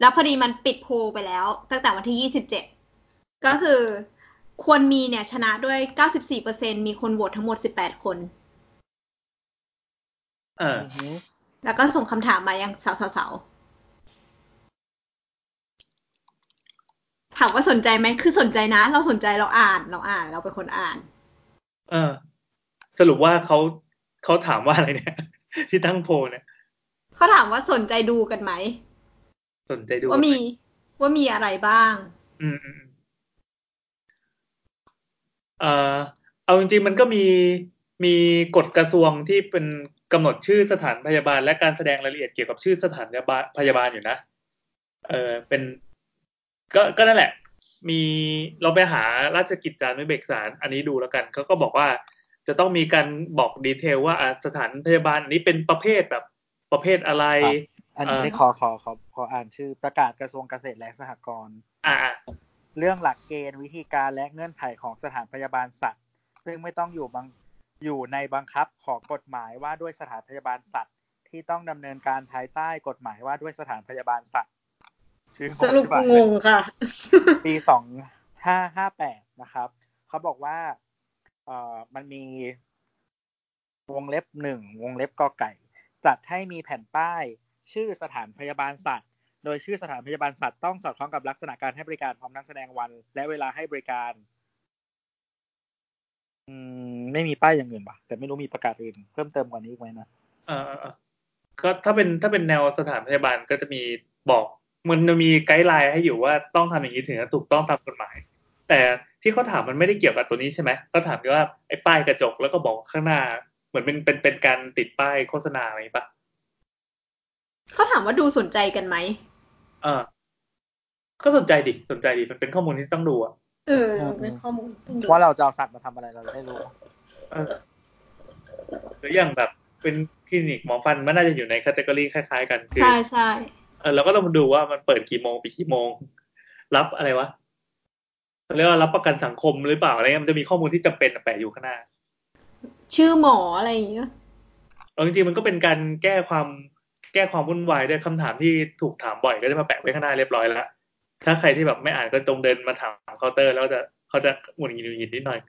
S1: แล้วพอดีมันปิดโพลไปแล้ว ตั้งแต่วันที่ 27 ก็คือ ควรมีเนี่ยชนะด้วย 94%มีคนโหวตทั้งหมด 18 คน
S3: เออ
S1: แล้วก็ส่งคำถามมายังสาวๆๆถามว่าสนใจไหม คือสนใจนะ เราสนใจเราอ่าน เราอ่าน เราเป็นคนอ่าน
S3: เออ สรุปว่าเขาเขาถามว่าอะไรเนี่ย ที่ตั้งโพลเนี่ย
S1: เขาถามว่าสนใจดูกันไหม
S3: สนใจดู
S1: ว่ามี ว่ามีอะไรบ้าง
S3: อืมอืมอืมเออเอาจริงๆมันก็มีมีกฎกระทรวงที่เป็นกำหนดชื่อสถานพยาบาล และการแสดงรายละเอียดเกี่ยวกับชื่อสถานพยาบาลพยาบาลอยู่นะ เออเป็น ก็ก็นั่นแหละ มีเราไปหาราชกิจจานุเบกษาอันนี้ดูแล้วกันเขาก็บอกว่าจะต้องมีการบอกดีเทลว่าอ่ะสถานพยาบาลอันนี้เป็นประเภทแบบประเภทอะไร
S2: ครับ อันนี้
S3: เอ่อ
S2: ได้ขอขอขอขออ่านชื่อประกาศกระทรวงเกษตรและสหกรณ์
S3: อ่าอ่า
S2: เรื่องหลักเกณฑ์วิธีการและเงื่อนไขของสถานพยาบาลสัตว์ ซึ่งไม่ต้องอยู่บังอยู่ในบังคับของกฎหมายว่าด้วยสถานพยาบาลสัตว์ ที่ต้องดำเนินการภายใต้กฎหมายว่าด้วยสถานพยาบาลสัตว์ชื่อ
S1: สรุป
S2: ผมอธิบาย
S1: งงค่ะ
S2: ปีสองห้าห้าแปดนะครับ เขาบอกว่าเอ่อมันมีวงเล็บหนึ่งวงเล็บกอไก่ จัดให้มีแผ่นป้าย ชื่อสถานพยาบาลสัตว์ โดยชื่อสถานพยาบาลสัตว์ต้องสอดคล้องกับลักษณะการให้บริการพร้อมทั้งแสดงวัน และเวลาให้บริการ อืมไม่มีป้ายอย่างอื่นป่ะ แต่ไม่รู้มีประกาศอื่น เพิ่มเติมกว่านี้อีกไหมนะ
S3: เอ่อก็ถ้าเป็นถ้าเป็นแนวสถานพยาบาลก็จะมีบอกมันจะมีไกด์ไลน์ให้อยู่ว่าต้องทำอย่างนี้ถึงจะถูกต้องตามกฎหมาย แต่ที่เขาถามมันไม่ได้เกี่ยวกับตัวนี้ใช่ไหมเขาถามแค่ว่าไอ้ป้ายกระจกแล้วก็บอกข้างหน้า เหมือนเป็นเป็นเป็นการติดป้ายโฆษณาอะไรอย่างงี้ปะ
S1: เขาถามว่าดูสนใจกันไหม
S3: เออก็สนใจดิสนใจดิมันเป็นข้อมูลที่ต้องดูอะ
S1: เออเป็นข้อมูลต้องดู
S2: ว่าเราจะเอาสัตว์มาทำอะไรเราจะได้รู้
S3: เออหรืออย่างแบบเป็นค ลินิกหมอฟันมันน่าจะอยู่ในแคตตากรีคล้ายๆกันคื
S1: ใช่ใช่
S3: เออเราก็ต้องมาดูว่ามันเปิดกี่โมงปิดกี่โมง รับอะไรวะเรียกว่ารับประกันสังคมหรือเปล่าอะไรเงี้ยมันจะมีข้อมูลที่จำเป็นแปะอยู่ข้างหน้า
S1: ชื่อหมออะไรอย่างเงี้ย
S3: เออจริงๆมันก็เป็นการแก้ความแก้ความวุ่นวายด้วยคำถามที่ถูกถามบ่อยก็จะมาแปะไว้ข้างหน้าเรียบร้อยแล้วถ้าใครที่แบบไม่อ่านก็จงเดินมาถามเคาน์เตอร์ แล้วจะเขาจะหงุดหงิดหงุดหงิดนิดหน่อย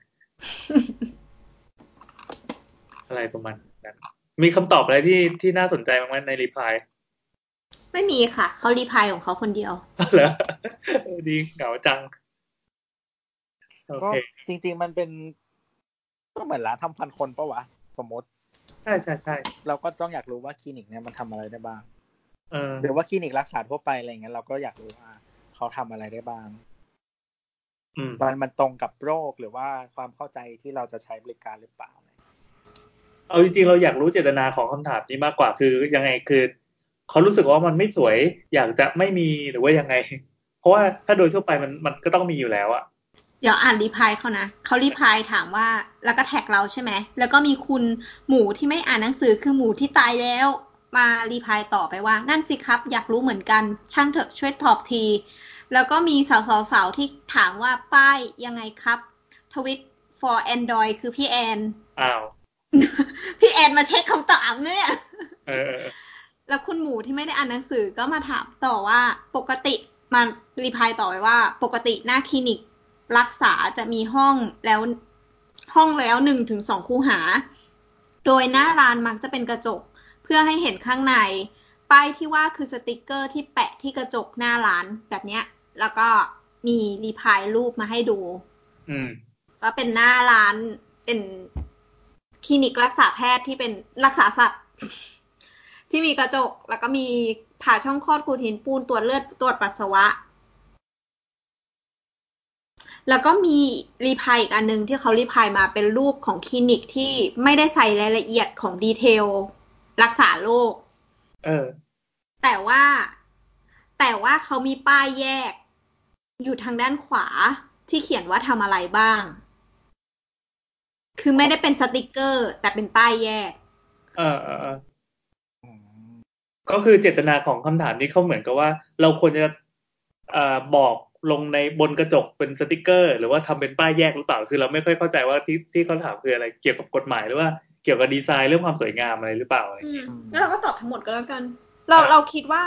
S3: อะไรประมาณนั้นมีคำตอบอะไรที่ที่น่าสนใจบ้างไหมในรีพลาย
S1: ไม่มีค่ะเขารีพายของเขาคนเดียว
S3: เหรอดีเหงาจัง โอ
S2: ก็
S3: เค
S2: จริง ๆ มันเป็น ก็เหมือนร้านทำฟันคนปะวะ สมมติ
S3: ใช่ใช่ใช่
S2: เราก็ต้องอยากรู้ว่าคลินิกเนี่ยมันทำอะไรได้บ้าง
S3: เออ
S2: หรือว่าคลินิกรักษาทั่วไปอะไรเงี้ยเราก็อยากรู้ว่าเขาทำอะไรได้บ้าง
S3: อืม
S2: มันมันตรงกับโรคหรือว่าความเข้าใจที่เราจะใช้บริการหรือเปล่า
S3: เอาจริงๆ เราอยากรู้เจตนาของคำถามนี้มากกว่าคือยังไงคือเขารู้สึกว่ามันไม่สวย อยากจะไม่มีหรือว่ายังไง เพราะว่าถ้าโดยทั่วไปมันมันก็ต้องมีอยู่แล้วอะ
S1: เดี๋ยวอ่านรีพายเขานะเขารีพายถามว่าแล้วก็แท็กเราใช่ไหม แล้วก็มีคุณหมูที่ไม่อ่านหนังสือคือหมูที่ตายแล้ว มารีพายต่อไปว่า นั่นสิครับ อยากรู้เหมือนกัน ช่างเถอะช่วยตอบที แล้วก็มีสาวๆๆที่ถามว่าป้ายยังไงครับทวิต for android คือพี่แอน
S3: อ้าว
S1: พี่แอนมาเช็คคำตอบเนี่ย
S3: เออเออเออ
S1: แล้วคุณหมูที่ไม่ได้อ่านหนังสือก็มาถามต่อว่าปกติมารีพลายต่อไปว่าปกติหน้าคลินิกรักษาจะมีห้องแล้วห้องแล้วหนึ่งถึงสองคูหา โดยหน้าร้านมักจะเป็นกระจก เพื่อให้เห็นข้างใน ป้ายที่ว่าคือสติกเกอร์ที่แปะที่กระจกหน้าร้านแบบเนี้ย แล้วก็มีรีพลายรูปมาให้ดู
S3: อืม
S1: ก็เป็นหน้าร้านเป็นคลินิกรักษาแพทย์ที่เป็นรักษาสัตว์ ที่มีกระจก แล้วก็มีผ่าช่องคลอดขูดหินปูนตรวจเลือดตรวจปัสสาวะ แล้วก็มีรีพายอีกอันหนึ่งที่เขารีพายมาเป็นรูปของคลินิกที่ไม่ได้ใส่รายละเอียดของดีเทล รักษาโรค
S3: เออ
S1: แต่ว่าแต่ว่าเขามีป้ายแยก อยู่ทางด้านขวาที่เขียนว่าทำอะไรบ้าง คือไม่ได้เป็นสติกเกอร์ แต่เป็นป้ายแยก
S3: เออเออเออก็คือเจตนาของคำถามนี้เขาเหมือนกับว่า เราควรจะเอ่อบอกลงในบนกระจกเป็นสติกเกอร์ หรือว่าทำเป็นป้ายแยกหรือเปล่าคือเราไม่ค่อยเข้าใจว่าที่ที่เขาถามคืออะไรเกี่ยวกับกฎหมายหรือว่าเกี่ยวกับดีไซน์เรื่องความสวยงามอะไรหรือเปล่าอะไร
S1: อืม
S2: อืม
S1: แล้วเราก็ตอบทั้งหมดก็แล้วกัน เรา
S3: ครับ
S1: เราคิดว่า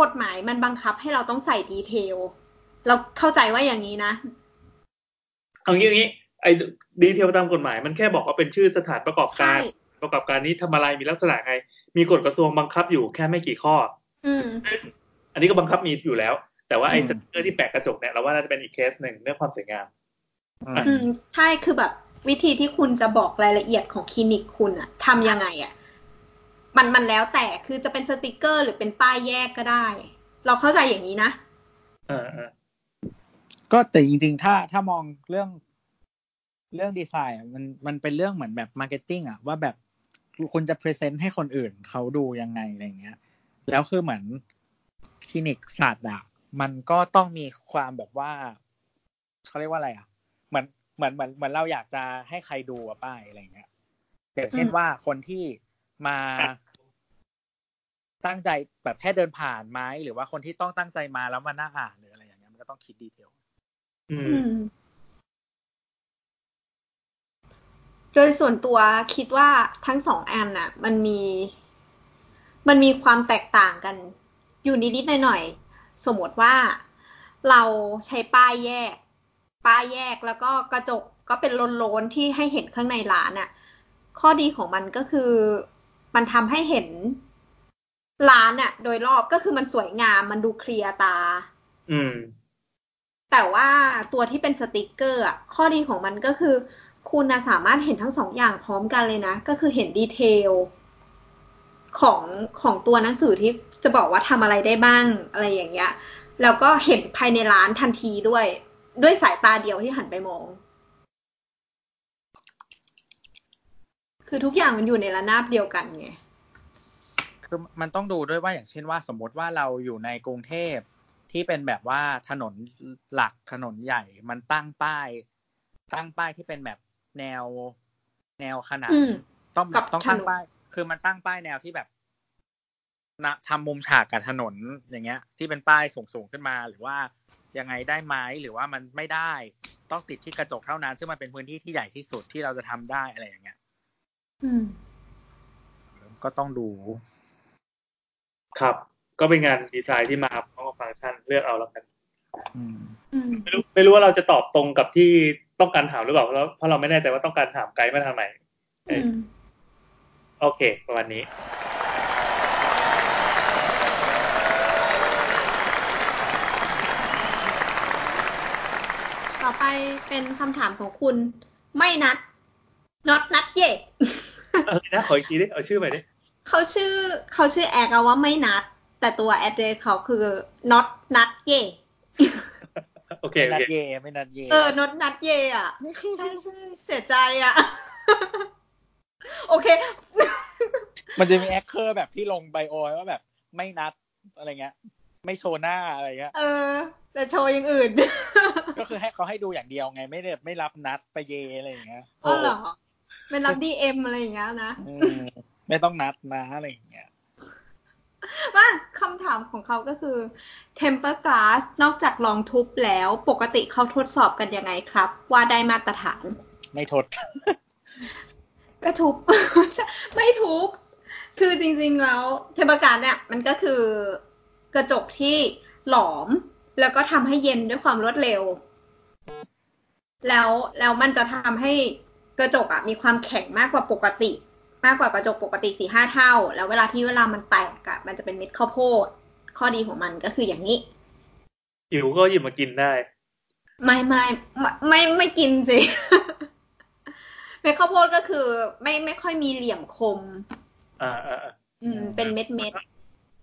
S1: กฎหมายมันบังคับให้เราต้องใส่ดีเทล เราเข้าใจว่าอย่างนี้นะ
S3: เอางี้เอางี้ไอ้ดีเทลตามกฎหมายมันแค่บอกว่าเป็นชื่อสถานประกอบกา
S1: ใช่
S3: ร ประกอบการนี้ทำอะไรมีลักษณะไง มีกฎกระทรวงบังคับอยู่แค่ไม่กี่ข้อ
S1: อืม
S3: อันนี้ก็บังคับมีอยู่แล้ว แต่ว่าไอ้
S2: อืม
S3: สติกเกอร์ที่แปะกระจกเนี่ยเราว่าน่าจะเป็นอีกเคสหนึ่งเรื่องความสวยงาม
S1: อืม ใช่ คือแบบวิธีที่คุณจะบอกรายละเอียดของคลินิกคุณอะทำยังไงอะมันมันแล้วแต่คือจะเป็นสติกเกอร์หรือเป็นป้ายแยกก็ได้ เราเข้าใจอย่างนี้นะ
S3: เออเออ
S2: ก็แต่จริง ๆ ถ้าถ้ามองเรื่องเรื่องดีไซน์อะมันมันเป็นเรื่องเหมือนแบบมาร์เก็ตติ้งอะว่าแบบคุณจะพรีเซนต์ให้คนอื่นเขาดูยังไงอะไรเงี้ย แล้วคือเหมือนคลินิกศาสตร์อะมันก็ต้องมีความแบบว่าเขาเรียกว่าอะไรอะเหมือนเหมือนเหมือนเหมือนเราอยากจะให้ใครดูอะป้ายอะไรเงี้ยอย่างเช่น
S1: อืม
S2: ว่าคนที่มา ตั้งใจแบบแค่เดินผ่านไหมหรือว่าคนที่ต้องตั้งใจมาแล้วมาหน้าอ่านหรืออะไรอย่างเงี้ยมันก็ต้องคิดดีเทล
S3: อืม
S1: อืม โดยส่วนตัวคิดว่าทั้งสองอันน่ะ มันมี มันมีความแตกต่างกัน อยู่นิดๆหน่อยๆสมมติว่าเราใช้ป้ายแยก ป้ายแยกแล้วก็กระจกก็เป็นโลนๆที่ให้เห็นข้างในร้านน่ะ ข้อดีของมันก็คือมันทำให้เห็นร้านน่ะ โดยรอบก็คือมันสวยงามมันดูเคลียร์ตา
S3: อืม
S1: แต่ว่าตัวที่เป็นสติกเกอร์อะข้อดีของมันก็คือ คุณน่ะสามารถเห็นทั้งสองอย่างพร้อมกันเลยนะ ก็คือเห็นดีเทลของของตัวหนังสือที่จะบอกว่าทำอะไรได้บ้างอะไรอย่างเงี้ยแล้วก็เห็นภายในร้านทันทีด้วย ด้วยสายตาเดียวที่หันไปมอง คือทุกอย่างมันอยู่ในระนาบเดียวกันไง
S2: คือมันต้องดูด้วยว่าอย่างเช่นว่า สมมติว่าเราอยู่ในกรุงเทพที่เป็นแบบว่าถนนหลักถนนใหญ่ มันตั้งป้าย ตั้งป้ายที่เป็นแบบแนวแนวขนาด
S1: อืม
S2: ต้อง
S1: กับ
S2: ต้องตั้ง
S1: ถนน
S2: ป้าย คือมันตั้งป้ายแนวที่แบบนะทำมุมฉากกับถนนอย่างเงี้ย ที่เป็นป้ายสูงสูงๆขึ้นมาหรือว่ายังไงได้ไหมหรือว่ามันไม่ได้ ต้องติดที่กระจกเท่านั้น ซึ่งมันเป็นพื้นที่ที่ใหญ่ที่สุดที่เราจะทำได้อะไรอย่างเงี้ย
S1: อืม
S2: ก็ต้องดู
S3: ครับ ก็เป็นงานดีไซน์ที่มาพร้อมกับฟังก์ชันเลือกเอาแล้วกัน
S2: อืม
S1: อืม
S3: ไม่รู้ไม่รู้ว่าเราจะตอบตรงกับที่ต้องการถามหรือเปล่าเพราะเพราะเราไม่แน่ใจว่าต้องการถามไกด์มาทางไหน
S1: อืม
S3: โอเค ประมาณนี้
S1: ต่อไปเป็นคำถามของคุณ ไม่นัด not นัดเย่
S3: เอาเลยนะขออีกทีดิเอาชื่อใหม่ดิ
S1: เขาชื่อเขาชื่อแอกเอาว่าไม่นัด แต่ตัวแอดเดสเขาคือ not นัดเย่
S3: โอเคโอ
S2: นัด
S3: เค
S2: เย่ไม่นัดเย่
S1: เออ not นัดเย่อะใช่ใช่เสียใจอะ โอเค
S2: มันจะมีแอคเคอร์แบบที่ลงไบโอไว้ว่าแบบไม่นัดอะไรเงี้ย ไม่โชว์หน้าอะไรเงี้ย
S1: เออ แต่โชว์อย่างอื่น
S2: ก็คือให้เขาให้ดูอย่างเดียวไง ไม่ได้ไม่รับนัดไปเยอะไรอย่างเงี้ย
S1: อ๋อเหรอเป็นรับดีเอ็มอะไรอย่างเงี้ยนะ
S2: อืมไม่ต้องนัดนะอะไรอย่างเงี้ย
S1: ว่าคำถามของเขาก็คือ temper glass นอกจากลองทุบแล้วปกติเขาทดสอบกันยังไงครับ ว่าได้มาตรฐาน
S2: ไม่ทด
S1: ก็ทุบ ไม่ทุบ คือจริงๆแล้ว temper glass เนี่ยมันก็คือกระจกที่หลอม แล้วก็ทำให้เย็นด้วยความรวดเร็ว แล้วแล้วมันจะทำให้กระจกอะมีความแข็งมากกว่าปกติ มากกว่ากระจกปกติสี่ห้าเท่า แล้วเวลาที่เวลามันแตกอะมันจะเป็นเม็ดข้าวโพด ข้อดีของมันก็คืออย่างนี้
S3: หิวก็หยิบมากินได้
S1: ไม่ไม่ไม่ไม่ไม่กินสิ เม็ดข้าวโพดก็คือ ไม่ไม่ค่อยมีเหลี่ยมคม
S3: อ่าอ่าอ่า
S1: อืม เป็นเม็ดเม็ด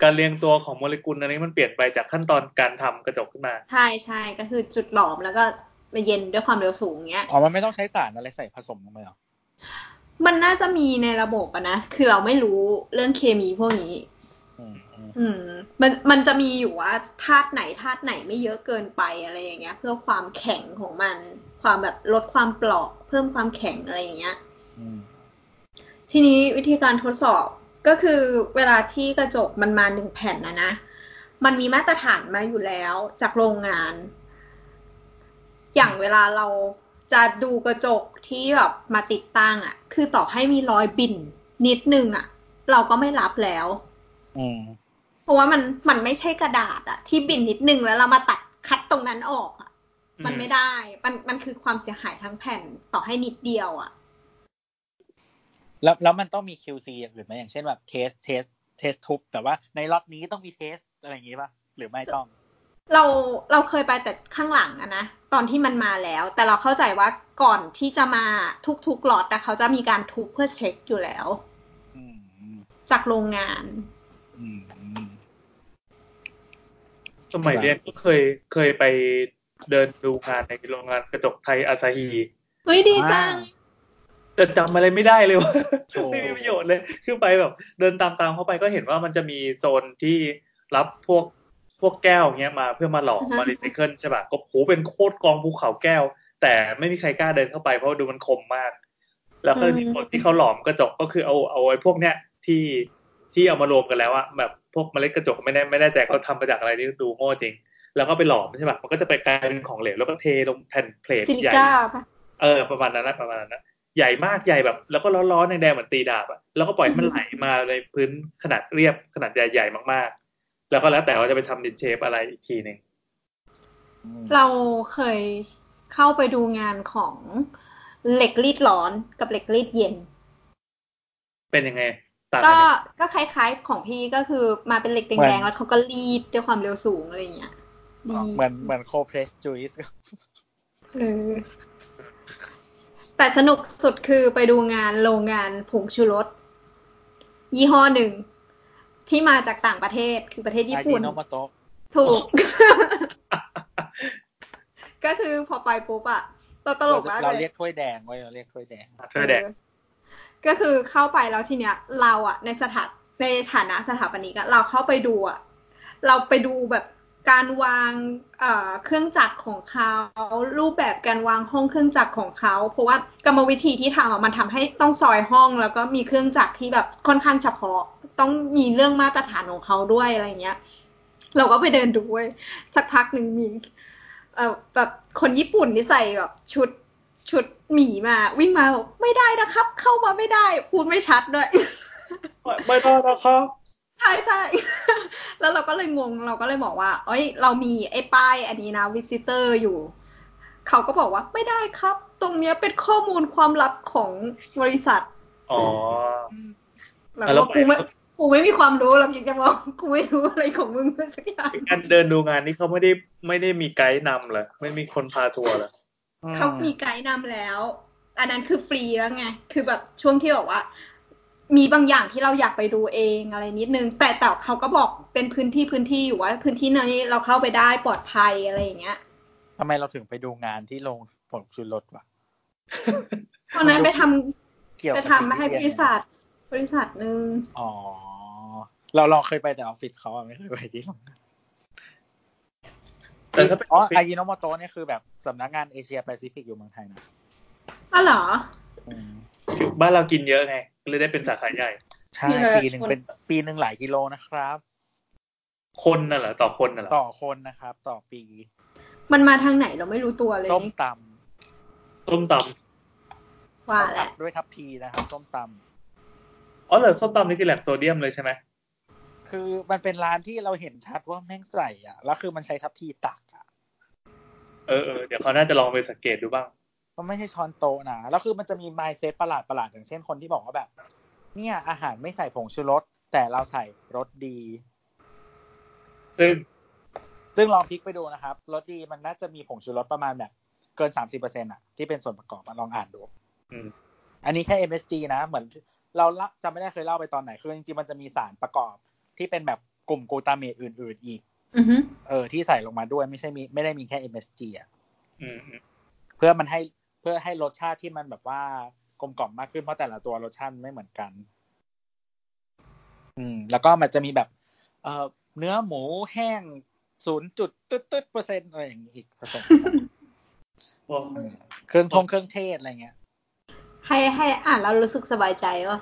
S3: การเรียงตัวของโมเลกุลอันนี้มันเปลี่ยนไปจากขั้นตอนการทำกระจกขึ้นมา
S1: ใช่ใช่ก็คือจุดหลอมแล้วก็มาเย็นด้วยความเร็วสูงเงี้ย
S2: อ๋อ มันไม่ต้องใช้สารอะไรใส่ผสมลงไปหรอ
S1: มันน่าจะมีในระบบอะนะ คือเราไม่รู้เรื่องเคมีพวกนี้
S2: อืมอืม
S1: อืม มันมันจะมีอยู่ว่าธาตุไหนธาตุไหนไม่เยอะเกินไปอะไรอย่างเงี้ย เพื่อความแข็งของมัน ความแบบลดความเปราะเพิ่มความแข็งอะไรอย่างเงี้ย
S2: อืม
S1: ทีนี้วิธีการทดสอบก็คือเวลาที่กระจกมันมาหนึ่งแผ่นนะนะ มันมีมาตรฐานมาอยู่แล้วจากโรงงาน อย่างเวลาเราจะดูกระจกที่แบบมาติดตั้งอะ่ะ คือต่อให้มีรอยบิ่นนิดนึงอะ่ะ เราก็ไม่รับแล้ว
S2: อืม
S1: เพราะว่ามันมันไม่ใช่กระดาษอะ่ะ ที่บิ่นนิดนึงแล้วเรามาตัดคัดตรงนั้นออกอะ
S3: อืม
S1: มันไม่ได้ มันมันคือความเสียหายทั้งแผ่นต่อให้นิดเดียวอะ่ะ
S2: แล้วแล้วมันต้องมี QC อย่างอื่นไหมอย่างเช่นแบบเทสเทสเทสทุบ แต่ว่าในล็อตนี้ต้องมีเทสอะไรอย่างงี้ป่ะ หรือไม่ต้อง
S1: เราเราเคยไปแต่ข้างหลังอะนะตอนที่มันมาแล้ว แต่เราเข้าใจว่าก่อนที่จะมาทุกๆล็อตนะเขาจะมีการทุบเพื่อเช็คอยู่แล้ว
S2: อืมอืม
S1: จากโรงงาน
S2: อืมอืม
S3: สมัยเรียนก็เคยเคยไปเดินดูงานในโรงงานกระจกไทยอาซาฮี
S1: เฮ้ยดีจัง
S3: แต่จำอะไรไม่ได้เลยว่า
S2: โอ้
S3: ไม่มีประโยชน์เลยคือไปแบบ เดินตามตามๆเข้าไปก็เห็นว่ามันจะมีโซนที่รับพวกพวกแก้วเงี้ยมาเพื่อมาหลอม
S1: อือฮะ
S3: มารีไซเคิลใช่ป่ะก็โหเป็นโคตรกองภูเขาแก้ว แต่ไม่มีใครกล้าเดินเข้าไปเพราะว่าดูมันคมมาก แล้วก็จะมีคนที่เขาหลอมกระจกก็คือเอาเอาไอ้พวกเนี้ยที่ที่เอามารวมกันแล้วอะแบบพวกเมล็ดกระจกไม่ได้ไม่แน่ใจเขาทำมาจากอะไรนี่ดูโง่จริง แล้วก็ไปหลอมใช่ปะมันก็จะไปกลายเป็นของเหลวแล้วก็เทลงแผ่นเพลท
S1: ซิลิ
S3: ใหญ่
S1: ก้าปะ
S3: เออประมาณนั้นนะประมาณนั้นนะใหญ่มากใหญ่แบบ แล้วก็ร้อนๆแดงๆเหมือนตีดาบอะแล้วก็ปล่อยให้มัน
S1: อือ
S3: ไห
S1: ฮึ
S3: ลมาในพื้นขนาดเรียบขนาดใหญ่ๆมากๆ แล้วก็แล้วแต่ว่าจะไปทำดินเชฟอะไรอีกทีหนึ่ง
S2: อืม
S1: เราเคยเข้าไปดูงานของเหล็กรีดร้อนกับเหล็กรีดเย็น
S3: เป็นยังไงต่าง
S1: ก็
S3: กันไหม
S1: ก็คล้ายๆของพี่ก็คือมาเป็นเหล็กแดงๆแล้วเขาก็รีดด้วยความเร็วสูงอะไรอย่างเงี้ยดี
S2: เหมือนเหมือนโคเพรสจูอิส
S1: เออแต่สนุกสุดคือไปดูงานโรงงานผงชูรสยี่ห้อหนึ่ง ที่มาจากต่างประเทศคือประเทศญี่ปุ่น
S2: ไอจีโนโมโตะ
S1: ถู ก ก็คือพอไปปุ๊บอะเราตลกมาก
S2: เรา
S1: เล
S2: เรีย
S1: ย
S2: กถ้วยแดงไว้ยเราเรียกถ้วยแดง
S3: เธอแดง
S1: เออก็คือเข้าไปแล้วทีเนี้ย เราอะในสถานในฐานะสถาปนิกอะเราเข้าไปดูอะเราไปดูแบบ การวางเอ่อเครื่องจักรของเขารูปแบบการวางห้องเครื่องจักรของเขาเพราะว่ากรรมวิธีที่ทำอะมันทำให้ต้องซอยห้องแล้วก็มีเครื่องจักรที่แบบค่อนข้างเฉพาะ ต้องมีเรื่องมาตรฐานของเขาด้วยอะไรเงี้ย เราก็ไปเดินดูเว้ยสักพักหนึ่งมีเอ่อแบบคนญี่ปุ่นที่ใส่แบบชุดชุดหมีมา วิ่งมาบอกไม่ได้นะครับ เข้ามาไม่ได้ พูดไม่ชัดด้วย
S3: ไม่ไม่ได้นะครับ
S1: ใช่ใช่ แล้วเราก็เลยงง เราก็เลยบอกว่า เอ้ย เรามีไอ้ป้ายอันนี้นะวิซิเตอร์อยู่ เขาก็บอกว่าไม่ได้ครับ ตรงเนี้ยเป็นข้อมูลความลับของบริษัท
S3: อ๋อ
S1: แล้ว
S3: อ่ะแล้ว
S1: ก็กูไม่
S3: ไป
S1: กูไม่มีความรู้เราเพียงแต่บอกกูไม่รู้อะไรของมึงสักอย่าง
S3: การเดินดูงานนี่เขาไม่ได้ไม่ได้มีไกด์นำเหรอไม่มีคนพาทัวร์เหรอ
S1: เขามีไกด์นำแล้ว อันนั้นคือฟรีแล้วไง คือแบบช่วงที่บอกว่า มีบางอย่างที่เราอยากไปดูเองอะไรนิดนึง แต่แต่เขาก็บอกเป็นพื้นที่พื้นที่อยู่ว่า พื้นที่นี้เราเข้าไปได้ปลอดภัยอะไรอย่างเงี้ย
S2: ทำไมเราถึงไปดูงานที่โรงผลชุนรถวะ
S1: ตอนนั้นไปทำ
S2: เกี่ยว
S1: ไป
S2: กับ
S1: ทำให้บริษัทบริษัทหนึ่ง
S2: อ๋อ เราเราเคยไปแต่ออฟฟิศเขาอะไม่เคยไปที่โรงงาน
S3: แต่ถ้าเป็น
S2: อ๋อไอยิโนโมโตะเนี่ยคือแบบสำนักงานเอเชียแปซิฟิกอยู่เมืองไทยนะ
S1: อ๋อเหรอ
S2: อืม
S3: บ้านเรากินเยอะไงเลยได้เป็นสาขาใหญ่
S2: ใช่
S1: มีอะไร
S2: ปีหนึ่งเป็นปีหนึ่งหลายกิโลนะครับ
S3: คนน่ะเหรอต่อคนน่ะเหรอ
S2: ต่อคนนะครับ ต่อปี
S1: มันมาทางไหนเราไม่รู้ตัวเลย
S2: ต้ม
S1: นี่
S2: ต
S3: ส้มต
S2: ำ
S1: ว่าแหละ
S2: ด้วยทัพพีนะครับต้มต
S3: ำอ๋อเหรอส้มตำนี่คือแหลกโซเดียมเลยใช่ไหม
S2: ำคือมันเป็นร้านที่เราเห็นชัดว่าแม่งใส่อ่ะแล้วคือมันใช้ทัพพีตักอ่ะ
S3: เออเออเดี๋ยวเขาน่าจะลองไปสังเกตดูบ้าง
S2: มันไม่ใช่ช้อนโต๊ะนะแล้วคือมันจะมีไมเซ็ตประหลาดประหลาดๆอย่างเช่นคนที่บอกว่าแบบ เนี่ยอาหารไม่ใส่ผงชูรสแต่เราใส่รสดี
S3: ซึ่ง
S2: ซึ่งลองพลิกไปดูนะครับรสดีมันน่าจะมีผงชูรสประมาณแบบ เกินสามสิบเปอร์เซ็นต์อ่ะที่เป็นส่วนประกอบอะลองอ่านดู
S3: อืม
S2: อันนี้แค่ MSG นะ เหมือนเราละจำไม่ได้เคยเล่าไปตอนไหน คือจริงๆ มันจะมีสารประกอบ ที่เป็นแบบกลุ่มกลูตาเมตอื่น ๆ อีก
S1: อือฮึ
S2: เออ ที่ใส่ลงมาด้วยไม่ใช่มีไม่ได้มีแค่ MSG อ่ะ
S3: อืมอืม
S2: เพื่อมันให้เพื่อให้รสชาติที่มันแบบว่ากลมกล่อมมากขึ้นเพราะแต่ละตัวรสชาติมันไม่เหมือนกัน อืม แล้วก็มันจะมีแบบ เอ่อเนื้อหมูแห้งศูนย์จุดตึ๊ดตึ๊ดเปอร์เซ็นต์อะไรอย่างนี้อีกผสมกัน
S3: โอ้
S2: อืมเครื่องทงเครื่องเทศอะไรเงี้ย
S1: ให้ให้อ่านแล้วรู้สึกสบายใจว่า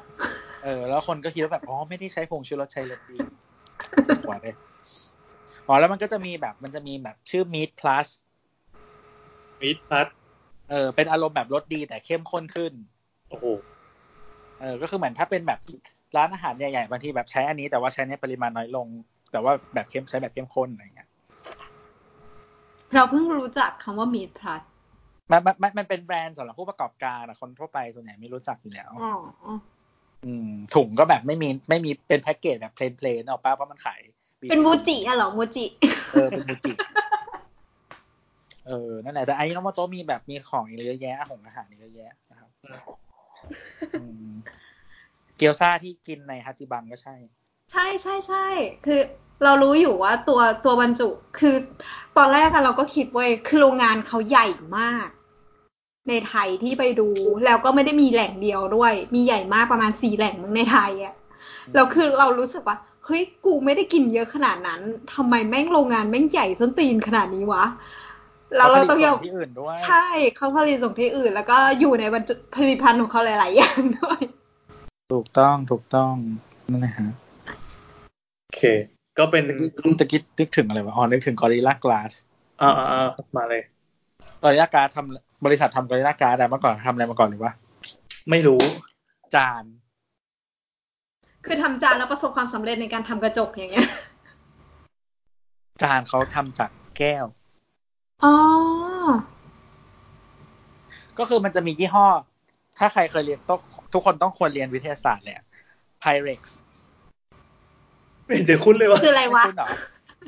S2: เออแล้วคนก็คิดว่าแบบอ๋อไม่ได้ใช้ผงชูรสใช้รสดีกว่าเลยอ๋อแล้วมันก็จะมีแบบมันจะมีแบบชื่อ meat plus
S3: มิดพัด
S2: เออเป็นอารมณ์แบบรสดีแต่เข้มข้นขึ้น
S3: โอ้โห
S2: เออก็คือเหมือนถ้าเป็นแบบร้านอาหารใหญ่ๆบางทีแบบใช้อันนี้แต่ว่าใช้ในปริมาณน้อยลง แต่ว่าแบบเข้มใช้แบบเข้มข้นอะไรเงี้ย
S1: เราเพิ่งรู้จักคำว่า meat plus
S2: มันมันมันมันเป็นแบรนด์สำหรับผู้ประกอบการอะคนทั่วไปส่วนใหญ่ไม่รู้จักอยู่แล้ว
S1: อ๋อ
S2: อืมถุงก็แบบไม่มีไม่มีเป็นแพ็กเกจแบบเพลนเพลนออกป้าเพราะมันขาย
S1: เป็นมูจิอะเหรอมูจิ
S2: เออเป็นมูจิ เออ นั่นแหละ แต่ไอ้น้องโมโตะมีแบบมีของอีกเยอะแยะของอาหารอีกเยอะแยะ นะครับอืมเกียวซาที่กินในฮาจิบังก็ใช่
S1: ใช่ใช่ใช่ คือเรารู้อยู่ว่าตัวตัวบรรจุ คือตอนแรกอะเราก็คิดเว้ย คือโรงงานเขาใหญ่มาก ในไทยที่ไปดู แล้วก็ไม่ได้มีแหล่งเดียวด้วย มีใหญ่มากประมาณสี่แหล่งมึงในไทยอะแล้วคือเรารู้สึกว่า เฮ้ย กูไม่ได้กินเยอะขนาดนั้น ทำไมแม่งโรงงานแม่งใหญ่ส้นตีนขนาดนี้วะ แล้วเราต้องยอม
S2: ที่อื่นด้วย
S1: ใช่เขาผลิตส่งที่อื่น แล้วก็อยู่ในบรรจุผลิตภัณฑ์ของเขาหลาย ๆ อย่างด้วย
S2: ถูกต้อง ถูกต้อง นั่นแหละฮะ
S3: โอเค ก็เป็น
S2: ตะกี้นึกถึงอะไรวะ อ๋อ นึกถึงกอริลลากลาส
S3: อ่าอ่าอ่ามาเลย
S2: กอริลลากลาสทำบริษัททำกอริลลากลาสแต่เมื่อก่อนทำอะไรมาก่อนหรือวะ
S3: ไม่รู้
S2: จาน
S1: คือทำจานแล้วประสบความสำเร็จในการทำกระจกอย่างเงี้ย
S2: จานเขาทำจากแก้ว
S1: อ๋อ
S2: ก็คือมันจะมียี่ห้อ ถ้าใครเคยเรียนต้องทุกคนต้องควรเรียนวิทยาศาสตร์แหละ Pyrex
S3: ไม่เห็นจะคุ้นเลยว่า
S1: คืออะไรวะ
S2: ไม่คุ้นเหรอ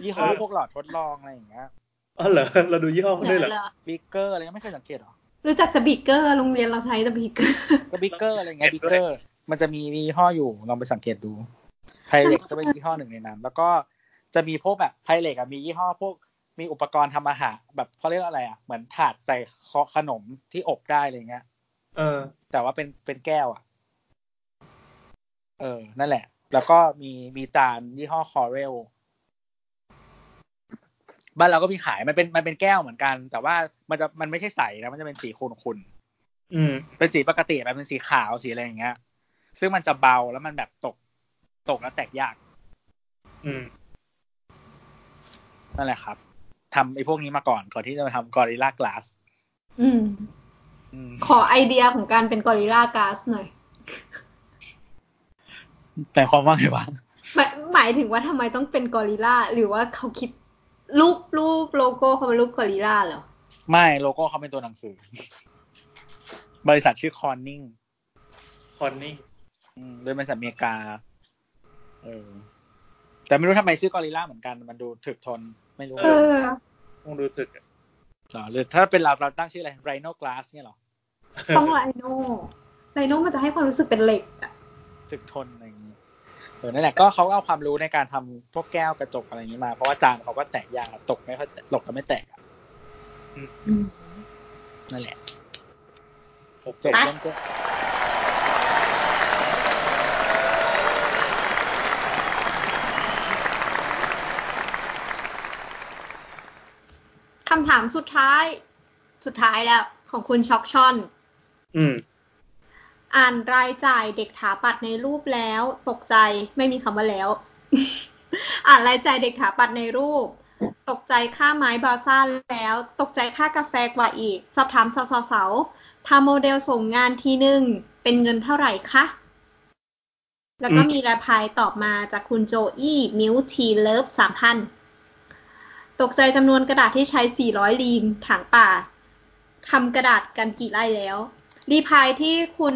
S2: ยี่ห้อพวกหลอดทดลองอะไรอย่างเงี้ย
S3: อ๋อเหรอเราดูยี่ห้อเขาด้วยเหรอ
S2: บิกเกอร์อะไรเงี้ยไม่เคยสังเกตเหรอ
S1: รู้จักแต่บิเกอร์ โรงเรียนเราใช้แต่บิเกอร์
S2: ก็บิกเกอร์อะไรเงี้ยบิกเกอร์ มันจะมียี่ห้ออยู่ลองไปสังเกตดูไพเล็กจะเป็นยี่ห้อหนึ่งในนั้น แล้วก็จะมีพวกแบบไพเล็กอะมียี่ห้อพวกมีอุปกรณ์ทำอาหารแบบเขาเรียกว่าอะไรอะเหมือนถาดใส่ขนมที่อบได้อะไรเงี้ย
S3: เออ
S2: แต่ว่าเป็นเป็นแก้วอ่ะ เออ นั่นแหละ แล้วก็มีมีจานยี่ห้อคอเรล บ้านเราก็มีขายมันเป็นมันเป็นแก้วเหมือนกัน แต่ว่ามันจะมันไม่ใช่ใสนะมันจะเป็นสีขุ่นๆ
S3: อืม
S2: เป็นสีปกติแบบเป็นสีขาวสีอะไรอย่างเงี้ย ซึ่งมันจะเบาแล้วมันแบบตก ตกแล้วแตกยาก
S3: อืม
S2: นั่นแหละครับทำไอ้พวกนี้มาก่อนก่อนที่จะมาทำกอริลลากลาส
S1: อืม ขอไอเดียของการเป็นกอริลลากาสหน่อย
S2: แต่ความว่าไงวะ
S1: หมายหมายถึงว่าทำไมต้องเป็นกอริลลาหรือว่าเขาคิดรูปรูปโลโก้เขาเป็นรูปกอริลลาเหรอ
S2: ไม่โลโก้เขาเป็นตัวหนังสือ บริษัทชื่อคอนนิง
S3: คอนนี่
S2: โดยบริษัทอเมริกาเออแต่ไม่รู้ทำไมชื่อกอริลลาเหมือนกัน มันดูถึกทนไม่รู้
S1: เออ
S3: คงดูสึกอะ
S2: หรอหรือถ้าเป็นเราเราตั้งชื่ออะไรไรโนกลาสเนี่ยเหรอ
S1: ต้องไลโน่ไลโน่มันจะให้ความรู้สึกเป็นเหล็กอะ
S2: ถึกทนอะไรอย่างงี้เออนั่นแหละก็เขาเอาความรู้ในการทำพวกแก้วกระจกอะไรอย่างงี้มา เพราะว่าจานเขาก็แตกยากตกไม่ค่อยตกก็ไม่แตกอะ
S1: อืม
S2: นั่นแหละ
S3: โอเค
S2: จบ
S1: ไป
S2: เริ่มต้น
S1: คำถามสุดท้าย สุดท้ายแล้วของคุณช็อกชอน
S3: อืม
S1: อ่านรายจ่ายเด็กถาปัดในรูปแล้ว ตกใจไม่มีคำว่าแล้ว อ่านรายจ่ายเด็กถาปัดในรูป ตกใจค่าไม้บาซ่าแล้ว ตกใจค่ากาแฟกว่าอีก สอบถามสาวสาวๆทำโมเดลส่งงานทีหนึ่งเป็นเงินเท่าไหร่คะ แล้วก็
S3: อืม
S1: มีรายพายตอบมาจากคุณโจอี้มิวทีเลิฟสามพันตกใจจำนวนกระดาษที่ใช้ 400 ลีมถางป่าทำกระดาษกันกี่ไร่แล้ว รีพายที่คุณ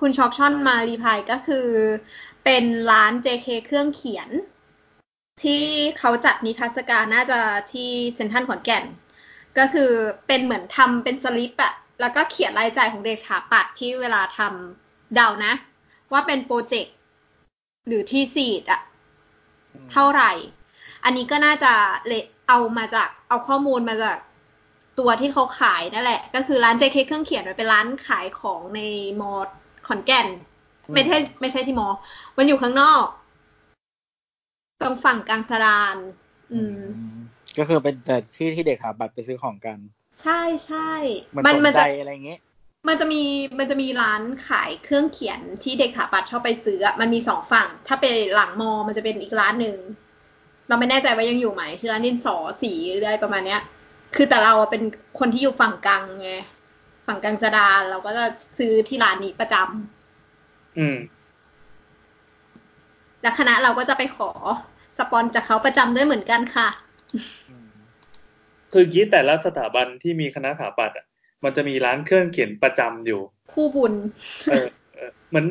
S1: คุณช็อกช่อนมารีพายก็คือ เป็นร้าน JK เครื่องเขียน ที่เขาจัดนิทรรศการน่าจะที่เซ็นทรัลขอนแก่น ก็คือเป็นเหมือนทำเป็นสลิปอะแล้วก็เขียนรายจ่ายของเด็กถาปัดที่เวลาทำเดานะ ว่าเป็นโปรเจกต์หรือที่ซีดอะ เท่าไหร่ อันนี้ก็น่าจะเลเอามาจากเอาข้อมูลมาจากตัวที่เขาขายนั่นแหละ ก็คือร้าน JK เครื่องเขียนมันเป็นร้านขายของในมอขอนแก่น ไม่ใช่ไม่ใช่ที่มอ มันอยู่ข้างนอก ตรงฝั่งกลางสะดาน อืม
S2: ก็คือเป็นแต่ที่ที่เด็กหาบัตรไปซื้อของกัน
S1: ใช่ใช่
S2: เหมือน
S1: มัน
S2: สน
S1: มัน
S2: ใจ
S1: จะ
S2: อะไรอย่างเงี้ย
S1: มันจะมีมันจะมีร้านขายเครื่องเขียนที่เด็กขาปัดชอบไปซื้ออะมันมีสองฝั่ง ถ้าไปหลังมอ มันจะเป็นอีกร้านหนึ่ง เราไม่แน่ใจว่ายังอยู่ไหมชื่อร้านดินสอสีหรืออะไรประมาณเนี้ย คือแต่เราอะเป็นคนที่อยู่ฝั่งกลางไงฝั่งกลางสะดานเราก็จะซื้อที่ร้านนี้ประจำ
S3: อืม
S1: และคณะเราก็จะไปขอสปอนจากเขาประจำด้วยเหมือนกันค่ะ
S2: อืม
S3: คือกี้แต่ละสถาบันที่มีคณะสถาปัตย์อะมันจะมีร้านเครื่องเขียนประจำอยู่
S1: คู่บุญ
S3: เออเออเหมือน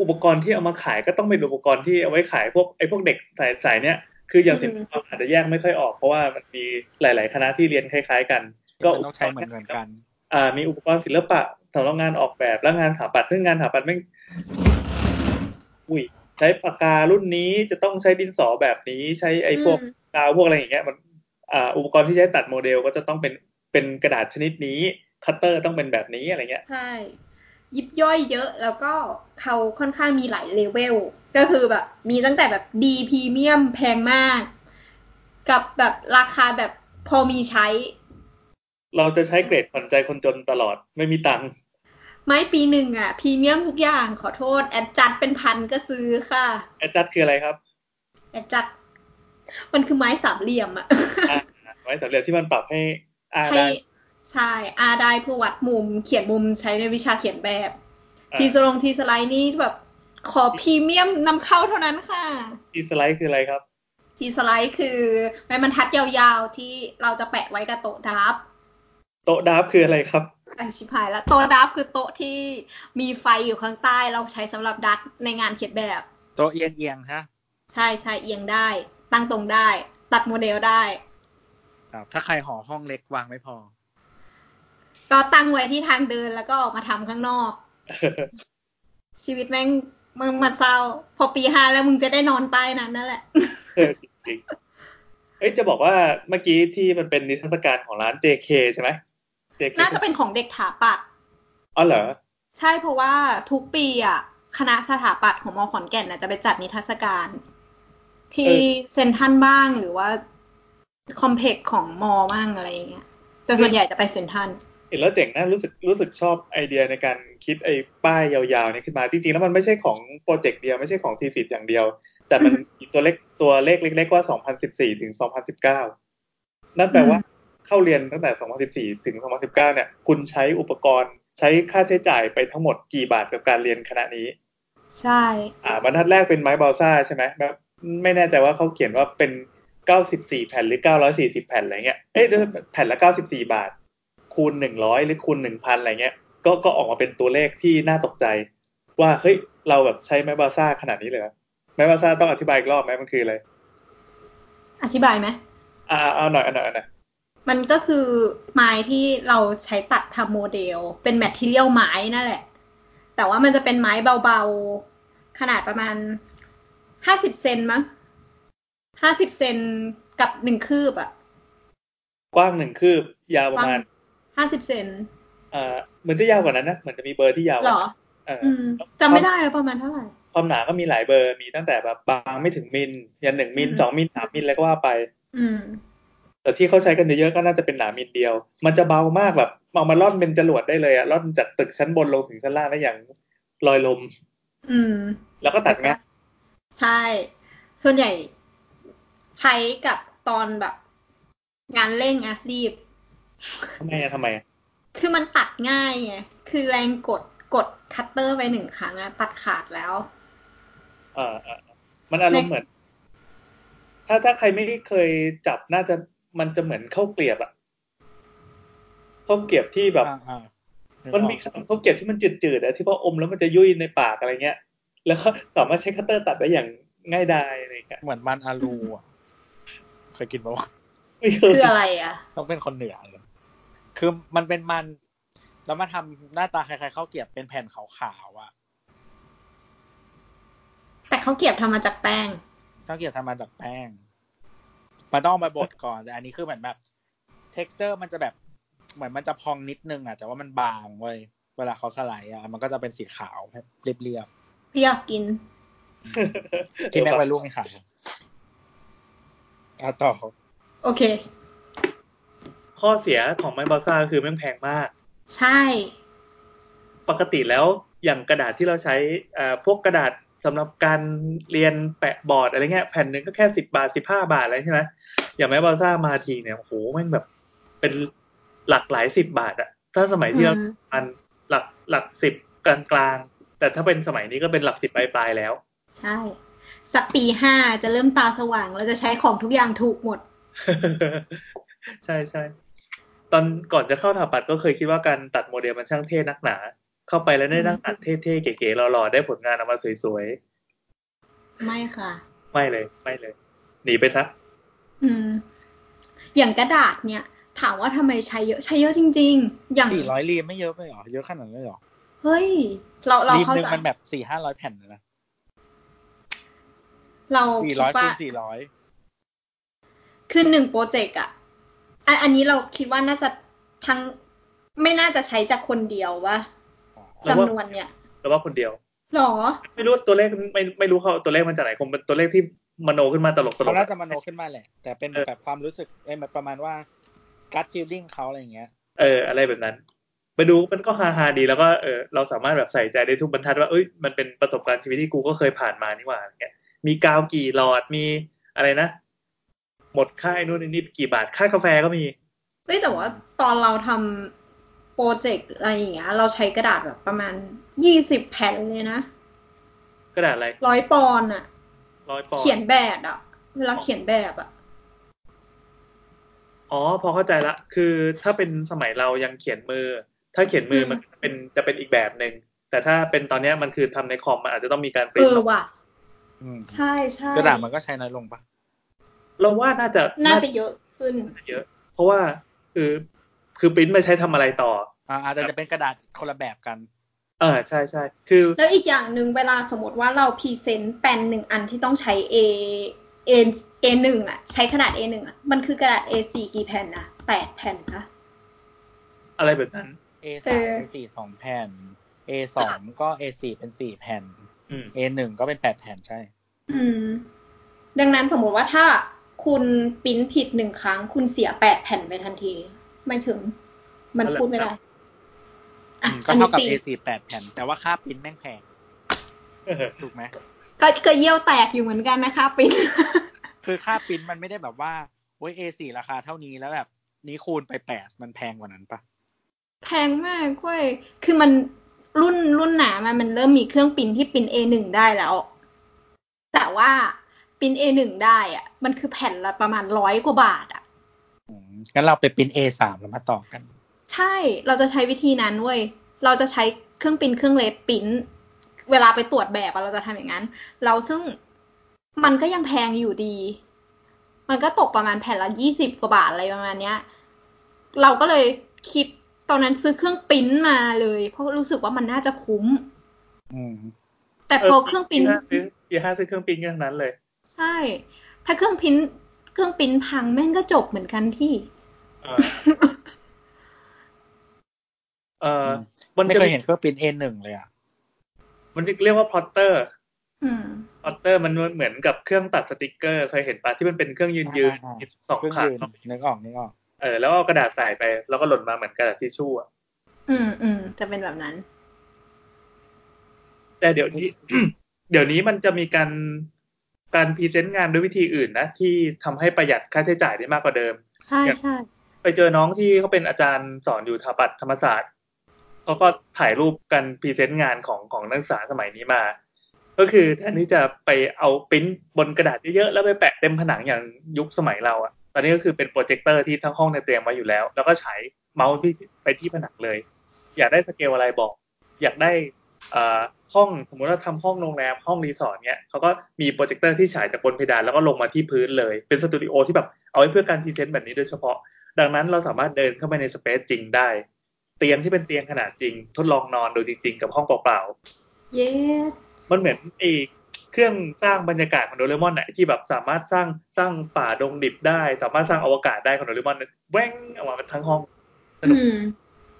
S3: อุปกรณ์ที่เอามาขายก็ต้องเป็นอุปกรณ์ที่เอาไว้ขายพวกไอ้พวกเด็กสายสายเนี้ยคืออย่าง
S1: อืม
S3: ศิลปกรรมอาจจะแยกไม่ค่อยออกเพราะว่ามันมีหลาย ๆ คณะที่เรียนคล้าย ๆ กัน ก็
S2: มันต้องใช้เหมือนเหมือนกัน
S3: อ่ามีอุปกรณ์ศิลปะสำหรับงานออกแบบและงานสถาปัตย์ซึ่งงานสถาปัตย์ไม่งอุ้ยใช้ปากการุ่นนี้จะต้องใช้ดินสอแบบนี้ใช้ไอ้พวก
S1: อืม
S3: กาวพวกอะไรอย่างเงี้ยมันอ่าอุปกรณ์ที่ใช้ตัดโมเดลก็จะต้องเป็นเป็นกระดาษชนิดนี้ คัตเตอร์ต้องเป็นแบบนี้อะไรเงี้ย
S1: ใช่ ยิบย่อยเยอะแล้วก็เขาค่อนข้างมีหลายเลเวล ก็คือแบบ มีตั้งแต่แบบดีพรีเมียมแพงมาก กับแบบราคาแบบพอมีใช้
S3: เราจะใช้เกรดขวัญใจคนจนตลอดไม่มีตังค์
S1: ไม้ปีหนึ่งอะพรีเมียมทุกอย่างขอโทษ แอดจัดเป็นพันก็ซื้อค่ะ
S3: แอดจัดคืออะไรครับ
S1: แอดจัด มันคือไม้สามเหลี่ยมอะ
S3: อ่าไว้สำเร็จที่มันปรับให้อ่า
S1: ให้
S3: ได้
S1: ใช่อาได้เพื่อวัดมุม เขียนมุมใช้ในวิชาเขียนแบบ
S3: อ่า
S1: ทีสลงทีสไลด์นี่แบบขอพรีเมียมนำเข้าเท่านั้นค่ะ
S3: ที่สไลด์คืออะไรครับ
S1: ทีสไลด์คือไม้บรรทัดยาวๆ ที่เราจะแปะไว้กับโต๊ะดับ
S3: โต๊ะดาฟคืออะไรครับ
S1: ไอชิพายแล้วโต๊ะดับคือโต๊ะที่มีไฟอยู่ข้างใต้เราใช้สำหรับดัดในงานเขียนแบบ
S2: ตัวเอียงเอียงๆฮะ
S1: ใช่ใช่เอียงได้ ตั้งตรงได้ ตัดโมเดลได้
S2: ครับถ้าใครห่อห้องเล็กวางไม่พอ
S1: ก็ตั้งไว้ที่ทางเดินแล้วก็ออกมาทำข้างนอก ชีวิตแม่งมึงมาเศร้า พอปีห้าแล้วมึงจะได้นอนใต้นั้นนั่นแหละ
S3: เออจริงๆเอ้ยจะบอกว่าเมื่อกี้ที่มันเป็นนิทรรศการของร้าน JK ใช่ไหม JK
S1: น่าจะเป็นของเด็กถาปัด
S3: อ๋อเหรอ
S1: ใช่เพราะว่าทุกปีอ่ะคณะสถาปัตย์ของมอขอนแก่นน่ะจะไปจัดนิทรรศการ ที่เซ็นทรันบ้างหรือว่า คอมเพล็กซ์ของมอบ้างอะไรอย่างเงี้ย แต่ส่วนใหญ่จะไปเซ็นทรัล
S3: เห็นแล้วเจ๋งนะรู้สึกรู้สึกชอบไอเดียในการคิดไอ้ป้ายยาวๆเนี่ยขึ้นมาจริงๆแล้วมันไม่ใช่ของโปรเจกต์เดียวไม่ใช่ของทีสิทธ์อย่างเดียว แต่มันมีตัวเล็กตัวเลขเล็กๆว่า 2014 ถึง 2019 นั่นแปลว่าเข้าเรียนตั้งแต่ 2014 ถึง 2019 เนี่ย คุณใช้อุปกรณ์ใช้ค่าใช้จ่ายไปทั้งหมดกี่บาทกับการเรียนคณะนี้
S1: ใช่
S3: อ่าบรรทัดแรกเป็นไม้บอลซ่าใช่ไหมแบบไม่แน่ใจว่าเขาเขียนว่าเป็น 94 แผ่นหรือ 940 แผ่นอะไรเงี้ย เอ้ยแผ่นละ 94 บาท คูณ 100 หรือคูณ 1,000 อะไรเงี้ย ก็ก็ออกมาเป็นตัวเลขที่น่าตกใจ ว่าเฮ้ยเราแบบใช้ไม้บอลซ่าขนาดนี้เลยเหรอไม้บอลซ่าต้องอธิบายอีกรอบไหมมันคืออะไร
S1: อธิบายไหม
S3: อ่าเอาหน่อยเอาหน่อยเอาหน่อย
S1: มันก็คือไม้ที่เราใช้ตัดทำโมเดล เป็นแมทเทียลไม้นั่นแหละ แต่ว่ามันจะเป็นไม้เบาๆ ขนาดประมาณห้าสิบเซนมั้งห้าสิบเซนกับหนึ่งคืบอะ
S3: กว้างหนึ่งคืบยาวประมาณ
S1: ห้าสิบเซน
S3: อ่าเหมือนจะยาวกว่านั้นนะเหมือนจะมีเบอร์ที่ยาวก
S1: เหร
S3: ว่า
S1: อ
S3: นั้นเอออ
S1: อืมจำไม่ได้แล้วประมาณเท่าไหร่
S3: ความหนาก็มีหลายเบอร์มีตั้งแต่แบบบางไม่ถึงมิลยันหนึ่งมิล
S1: อืม
S3: สองมิลสามมิลอะไรก็ว่าไป
S1: อืม
S3: แต่ที่เขาใช้กันเยอะๆก็น่าจะเป็นหนามิลเดียว มันจะเบามากแบบเอามาล่อนเป็นจรวดได้เลยอะล่อนจากตึกชั้นบนลงถึงชั้นล่างได้อย่างลอยลม
S1: อืม
S3: แล้วก็ตัดง่าย
S1: ใช่ ส่วนใหญ่ใช้กับตอนแบบ งานเร่งอะรีบ
S3: ทำไมอะทำไมอะ
S1: คือมันตัดง่ายไง คือแรงกดกดคัตเตอร์ไปหนึ่งครั้งอะตัดขาดแล้ว
S3: เออเออมันอารมณ์เหมือน ถ้าถ้าใครไม่ได้เคยจับน่าจะมันจะเหมือนข้าวเกลียบอะข้าวเกลียบที่แบบ
S2: อ่าๆ
S3: มันมีขนมข้าวเกรียบที่มันจืดๆอะที่พออมแล้วมันจะยุ่ยในปากอะไรเงี้ย แล้วก็สามารถใช้คัตเตอร์ตัดได้อย่างง่ายดายอะไรเงี้ย
S2: เหมือนมันอาลูอะเคยกินปะวะ
S3: ไม่เคย
S1: คืออะไรอะ
S2: ต้องเป็นคนเหนือเลยคือมันเป็นมัน แล้วมาทำหน้าตาคล้ายๆข้าวเกรียบเป็นแผ่นขาวๆอะ
S1: แต่เขาวเกรียบทำมาจากแป้ง
S2: ข้าวเกรียบทำมาจากแป้ง มันต้องเอามาบดก่อน แต่อันนี้คือเหมือนแบบ texture มันจะแบบ เหมือนมันจะพองนิดนึงอะแต่ว่ามันบางเว้ย เวลาเขาสไลด์อะมันก็จะเป็นสีขาวเรียบ
S1: พี่อยากกิน
S2: ๆที่แม่ไว้ลูกไม่ขายอ่ะต่อ
S1: โอเค
S3: ข้อเสียของไมบอซ่าคือแม่งแพงมาก
S1: ใช่
S3: ปกติแล้วอย่างกระดาษที่เราใช้เอ่อพวกกระดาษสำหรับการเรียนแปะบอร์ดอะไรเงี้ยแผ่นหนึ่งก็แค่สิบบาทสิบห้าบาทอะไรใช่ไหมอย่างแม่บอซ่ามาทีเนี่ยโอ้โหแม่งแบบ เป็นหลักหลายสิบบาทอะถ้าสมัยที่เรา
S1: อืม
S3: อันหลักหลักสิบกลางๆ แต่ถ้าเป็นสมัยนี้ก็เป็นหลักสิบปลายๆแล้ว
S1: ใช่ สักปีห้าจะเริ่มตาสว่าง เราจะใช้ของทุกอย่างถูกหมด
S3: ใช่ใช่ตอนก่อนจะเข้าถาปัดก็เคยคิดว่าการตัดโมเดลมันช่างเท่นักหนา เข้าไปแล้วได้นั่งตัดเท่ๆเก๋ๆหล่อๆได้ผลงานออกมาสวยๆ
S1: ไม่ค่ะ
S3: ไม่เลยไม่เลย หนีไปซะ
S1: อืม อย่างกระดาษเนี่ย ถามว่าทำไมใช้เยอะใช้เยอะจริง ๆ อย่าง
S2: สี่ร้อยรีมไม่เยอะไปหรอ เยอะขนาดนั้นเลยหรอ
S1: เฮ้ย เราเรา
S2: รีม
S1: เข้า
S2: หนึ่ง
S1: ใจ
S2: มันแบบสี่ห้าร้อยแผ่นเลยนะ
S1: เราคิ
S2: สี่ร้อ
S1: ด
S2: ยคู
S1: ว่า
S2: ณสี่ร้อย
S1: คือหนึ่งโปรเจกต์อะอันอันนี้เราคิดว่าน่าจะทั้งไม่น่าจะใช้จากคนเดียววะจำนวนเนี่ย
S3: แต่ว่าคนเดียว
S1: หรอ
S3: ไม่รู้ตัวเลขไม่ไม่รู้เขาตัวเลขมันจากไหนคงเป็นตัวเลขที่มโนขึ้นมาตลกตล
S2: เขา
S3: ก
S2: น่าจะมโนขึ้นมาแหละ แต่เป็น
S3: เออ
S2: แบบความรู้สึกเอ้ยแบบประมาณว่าการ์ดฟิลลิ่งเขาอะไรอย่างเงี้ย
S3: เอออะไรแบบนั้น ไปดูมันก็ฮาฮาๆดีแล้วก็เออเราสามารถแบบใส่ใจได้ทุกบรรทัดว่าเอ้ยมันเป็นประสบการณ์ชีวิตที่กูก็เคยผ่านมานี่หว่าอะไรเงี้ยมีกาวกี่หลอดมีอะไรนะ หมดค่าไอ้นู่นไอ้นี่กี่บาทค่ากาแฟก็มี
S1: เฮ้ยแต่ว่าตอนเราทำโปรเจกต์อะไรอย่างเงี้ย เราใช้กระดาษแบบประมาณยี่สิบแผ่นเลยนะ
S3: กระดาษอะไร
S1: ร้อยปอนด์อะ
S3: ร้อยปอนด์
S1: เขียนแบบอะเวลาเขียนแบบอะ
S3: อ๋อพอเข้าใจละ คือถ้าเป็นสมัยเรายังเขียนมือ ถ้าเขียนมือมันจะเป็นจะเป็นอีกแบบหนึ่งแต่ถ้าเป็นตอนเนี้ยมันคือทำในคอมมันอาจจะต้องมีการป
S1: เอ
S3: ริน
S1: อว่ะ
S2: อืม
S1: ใช่ใช่
S2: กระดาษมันก็ใช้น้อยลงปะ
S3: เราว่าน่าจะ
S1: น่าจะเยอะขึ้น
S3: น่าจะเยอะ เพราะว่าคือคือปริ้นมาใช้ทำอะไรต่อ
S2: อ่าอาจจะเป็นกระดาษคนละแบบกัน
S3: เออใช่ใช่คือ
S1: แล้วอีกอย่างหนึ่งเวลาสมมติว่าเราพรีเซนต์แปนหนึ่งอันที่ต้องใช้ A A A หนึ่งอะใช้ขนาด A หนึ่งอะมันคือกระดาษ A สี่กี่แผ่นนะแปดแผ่นนะ
S3: อะไรแบบนั้น
S2: A
S1: เอ
S2: สา
S1: อ
S2: มเป็นสี่สองแผ่น A สองก็ A สี่เป็นสี่แผ่น
S3: อืม
S2: A หนึ่งก็เป็นแปดแผ่นใช่
S1: อืม ดังนั้นสมมติว่าถ้า คุณปริ้นผิดหนึ่งครั้ง คุณเสียแปดแผ่นไปทันที ไม่ถึง มันพูดไม่ได้
S2: อื
S1: อ่ะ
S2: มก็
S1: อัน
S2: เท่า
S1: นี้
S2: กับ
S1: สี่
S2: A48 แผ่น แต่ว่าค่าพิมพ์แม่งแพง
S3: เออ
S2: ถูกไหม
S1: ก็ก็เยี่ยวแตกอยู่เหมือนกันนะคะปริ้น
S2: คือค่าพิมพ์มันไม่ได้แบบว่าโอ้ย A4 ราคาเท่านี้แล้วแบบนี้คูณไปแปดมันแพงกว่านั้นปะ
S1: แพงมากเว้ย คือมันรุ่นรุ่นหนามามันเริ่มมีเครื่องปริ้นที่ปริ้น A1 ได้แล้ว แต่ว่าปริ้น A1 ได้อะมันคือแผ่นละประมาณร้อยกว่าบาทอะ
S2: อืมงั้นเราไปพิมพ์ A3 แล้วมาต่อกัน
S1: ใช่ เราจะใช้วิธีนั้นเว้ย เราจะใช้เครื่องปริ้นเครื่องเลสปริ้น เวลาไปตรวจแบบอะเราจะทำอย่างนั้น เราซึ่งมันก็ยังแพงอยู่ดี มันก็ตกประมาณแผ่นละยี่สิบกว่าบาทอะไรประมาณเนี้ย เราก็เลยคิดตอนนั้นซื้อเครื่องปริ้นมาเลย เพราะรู้สึกว่ามันน่าจะคุ้ม
S2: อืม
S1: แต่พอเครื่องปริ้น
S3: ปีห้าซื้อปีห้าซื้อเครื่องปริ้นก็ทั้งนั้นเลย
S1: ใช่ ถ้าเครื่องปริ้นเครื่องปริ้นพังแม่งก็จบเหมือนกันพี่
S3: เออเออ
S2: ม
S3: มัน
S2: ไม่
S3: จะ
S2: เคย
S3: มี
S2: เห็นเครื่องพิมพ์ A1 เลยอ่ะ
S3: มันเรียกว่าพลอตเตอร์
S1: อืม
S3: พลอตเตอร์มันเหมือนกับเครื่องตัดสติกเกอร์ เคยเห็นปะที่มันเป็นเครื่องยืนยืน
S2: อ่า
S3: สอง
S2: เครื่อง
S3: ขา
S2: ยืน
S3: เข้าไป
S2: นึกออกนึกออก
S3: เออแล้วเอากระดาษใส่ไป แล้วก็หล่นมาเหมือนกระดาษทิชชู่อะ
S1: อืมอืมจะเป็นแบบนั้น
S3: แต่เดี๋ยวนี้ เดี๋ยวนี้มันจะมีการการพรีเซนต์งานด้วยวิธีอื่นนะ ที่ทำให้ประหยัดค่าใช้จ่ายได้มากกว่าเดิม
S1: ใช่ใช่
S3: ไปเจอน้องที่เขาเป็นอาจารย์สอนอยู่สถาปัตยธรรมศาสตร์เขาก็ถ่ายรูปกันพรีเซนต์งานของของนักศึกษาสมัยนี้มา ก็คือแทนที่จะไปเอาปริ้นบนกระดาษเยอะๆแล้วไปแปะเต็มผนังอย่างยุคสมัยเราอะตอนนี้ก็คือเป็นโปรเจคเตอร์ที่ทั้งห้องเนี่ยเตรียมไว้อยู่แล้ว แล้วก็ฉายเมาส์ที่ไปที่ผนังเลย อยากได้สเกลอะไรบอก อยากได้เอ่อห้องสมมติว่าทำห้องโรงแรมห้องรีสอร์ทเนี่ยเขาก็มีโปรเจคเตอร์ที่ฉายจากบนเพดานแล้วก็ลงมาที่พื้นเลยเป็นสตูดิโอที่แบบเอาไว้เพื่อการพรีเซนต์แบบนี้โดยเฉพาะ ดังนั้นเราสามารถเดินเข้าไปในสเปซจริงได้ เตียงที่เป็นเตียงขนาดจริง ทดลองนอนดูจริง ๆ กับห้องเปล่า
S1: เย้
S3: ๆมันเหมือนไอ้เครื่องสร้างบรรยากาศของโดเรมอนน่ะที่แบบสามารถสร้างสร้างป่าดงดิบได้ สามารถสร้างอวกาศได้ของโดเรมอนน่ะแว่งออกมาเป็นทั้งห้อง สนุก
S1: อืม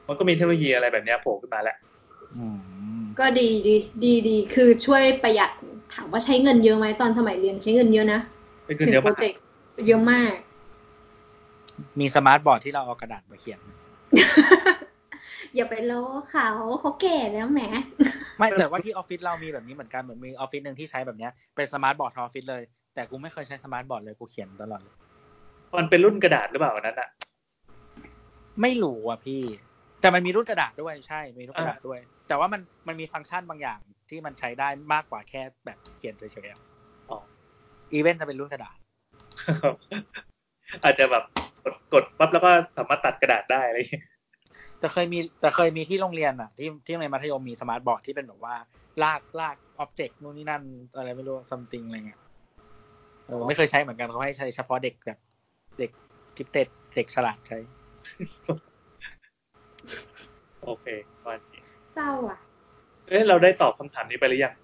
S3: มันก็มีเทคโนโลยีอะไรแบบเนี้ยโผล่ขึ้นมาแล้ว
S2: อืม
S1: ก็ดีดีดีดีคือช่วยประหยัดถามว่าใช้เงินเยอะไหมตอนสมัยเรียนใช้เงินเยอะนะ
S3: เป็น
S1: ห
S3: เงิน
S1: นึ่
S3: เย
S1: ง
S3: อะ
S1: โปร
S3: มาก
S1: เจกต์เยอะมาก
S2: มีสมาร์ทบอร์ดที่เราเอากระดาษมาเขียน
S1: อย่าไปล้อเขาเขาแก่แล้วแหม
S2: ไม่แต่ว่าที่ออฟฟิศเรามีแบบนี้เหมือนกันเหมือนมีออฟฟิศหนึ่งที่ใช้แบบเนี้ยเป็นสมาร์ทบอร์ดทั้งออฟฟิศเลยแต่กูไม่เคยใช้สมาร์ทบอร์ดเลยกูเขียนตลอดเลย
S3: มันเป็นรุ่นกระดาษหรือเปล่าอันนั้นอ่ะ
S2: ไม่รู้อ่ะพี่ แต่มันมีรุ่นกระดาษด้วยใช่มีรุ่นกระดาษด้วย แต่ว่ามันมันมีฟังก์ชันบางอย่างที่มันใช้ได้มากกว่าแค่แบบเขียนเฉยๆอะ
S3: อ๋อ
S2: อีเวนต์จะเป็นรุ่นกระดาษ
S3: อาจจะแบบกดกดปั๊บแล้วก็สามารถตัดกระดาษได้อะไรอย่างเงี้ย
S2: แต่เคยมีแต่เคยมีที่โรงเรียนอ่ะ ที่ที่ในมัธยมมีสมาร์ทบอร์ดที่เป็นแบบว่า ลากลากอ็อบเจกต์นู่นนี่นั่นอะไรไม่รู้ซัมติงอะไรเงี้ยเออไม่เคยใช้เหมือนกันเขาให้ใช้เฉพาะเด็กแบบ เด็กกิฟเต็ดเด็กฉลาดใช้
S3: โอเคประมาณนี้
S1: เศร้าอ่ะ
S3: เอ๊ะเราได้ตอบคำถามนี้ไปหรือยัง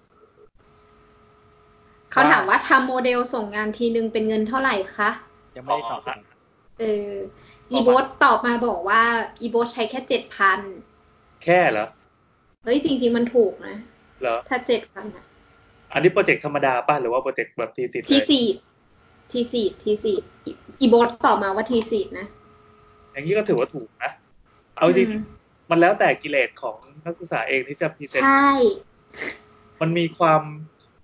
S1: เขาถามว่าทำโมเดลส่งงานทีนึงเป็นเงินเท่าไหร่คะ
S2: ยังไม่ได้ตอบ
S3: อ๋อ
S1: เอออีโบสตอบมาบอกว่าอีโบสใช้แค่เจ็ดพัน
S3: แค่เหรอ
S1: เฮ้ยจริง ๆ มันถูกนะ
S3: เหรอ
S1: ถ้าเจ็ดพันอะ
S3: อันนี้โปรเจกต์ธรรมดาป่ะ หรือว่าโปรเจกต์แบบทีสิทธิ์เล
S1: ที
S3: ย
S1: สี่ทีสี่ทีสี่อีโบสตอบมาว่าทีสี่นะ
S3: อย่างนี้ก็ถือว่าถูกนะ เอาจริง
S1: ม
S3: ๆมันแล้วแต่กิเลสของนักศึกษาเองที่จะพรีเซน
S1: ใช่
S3: ต์มันมีความ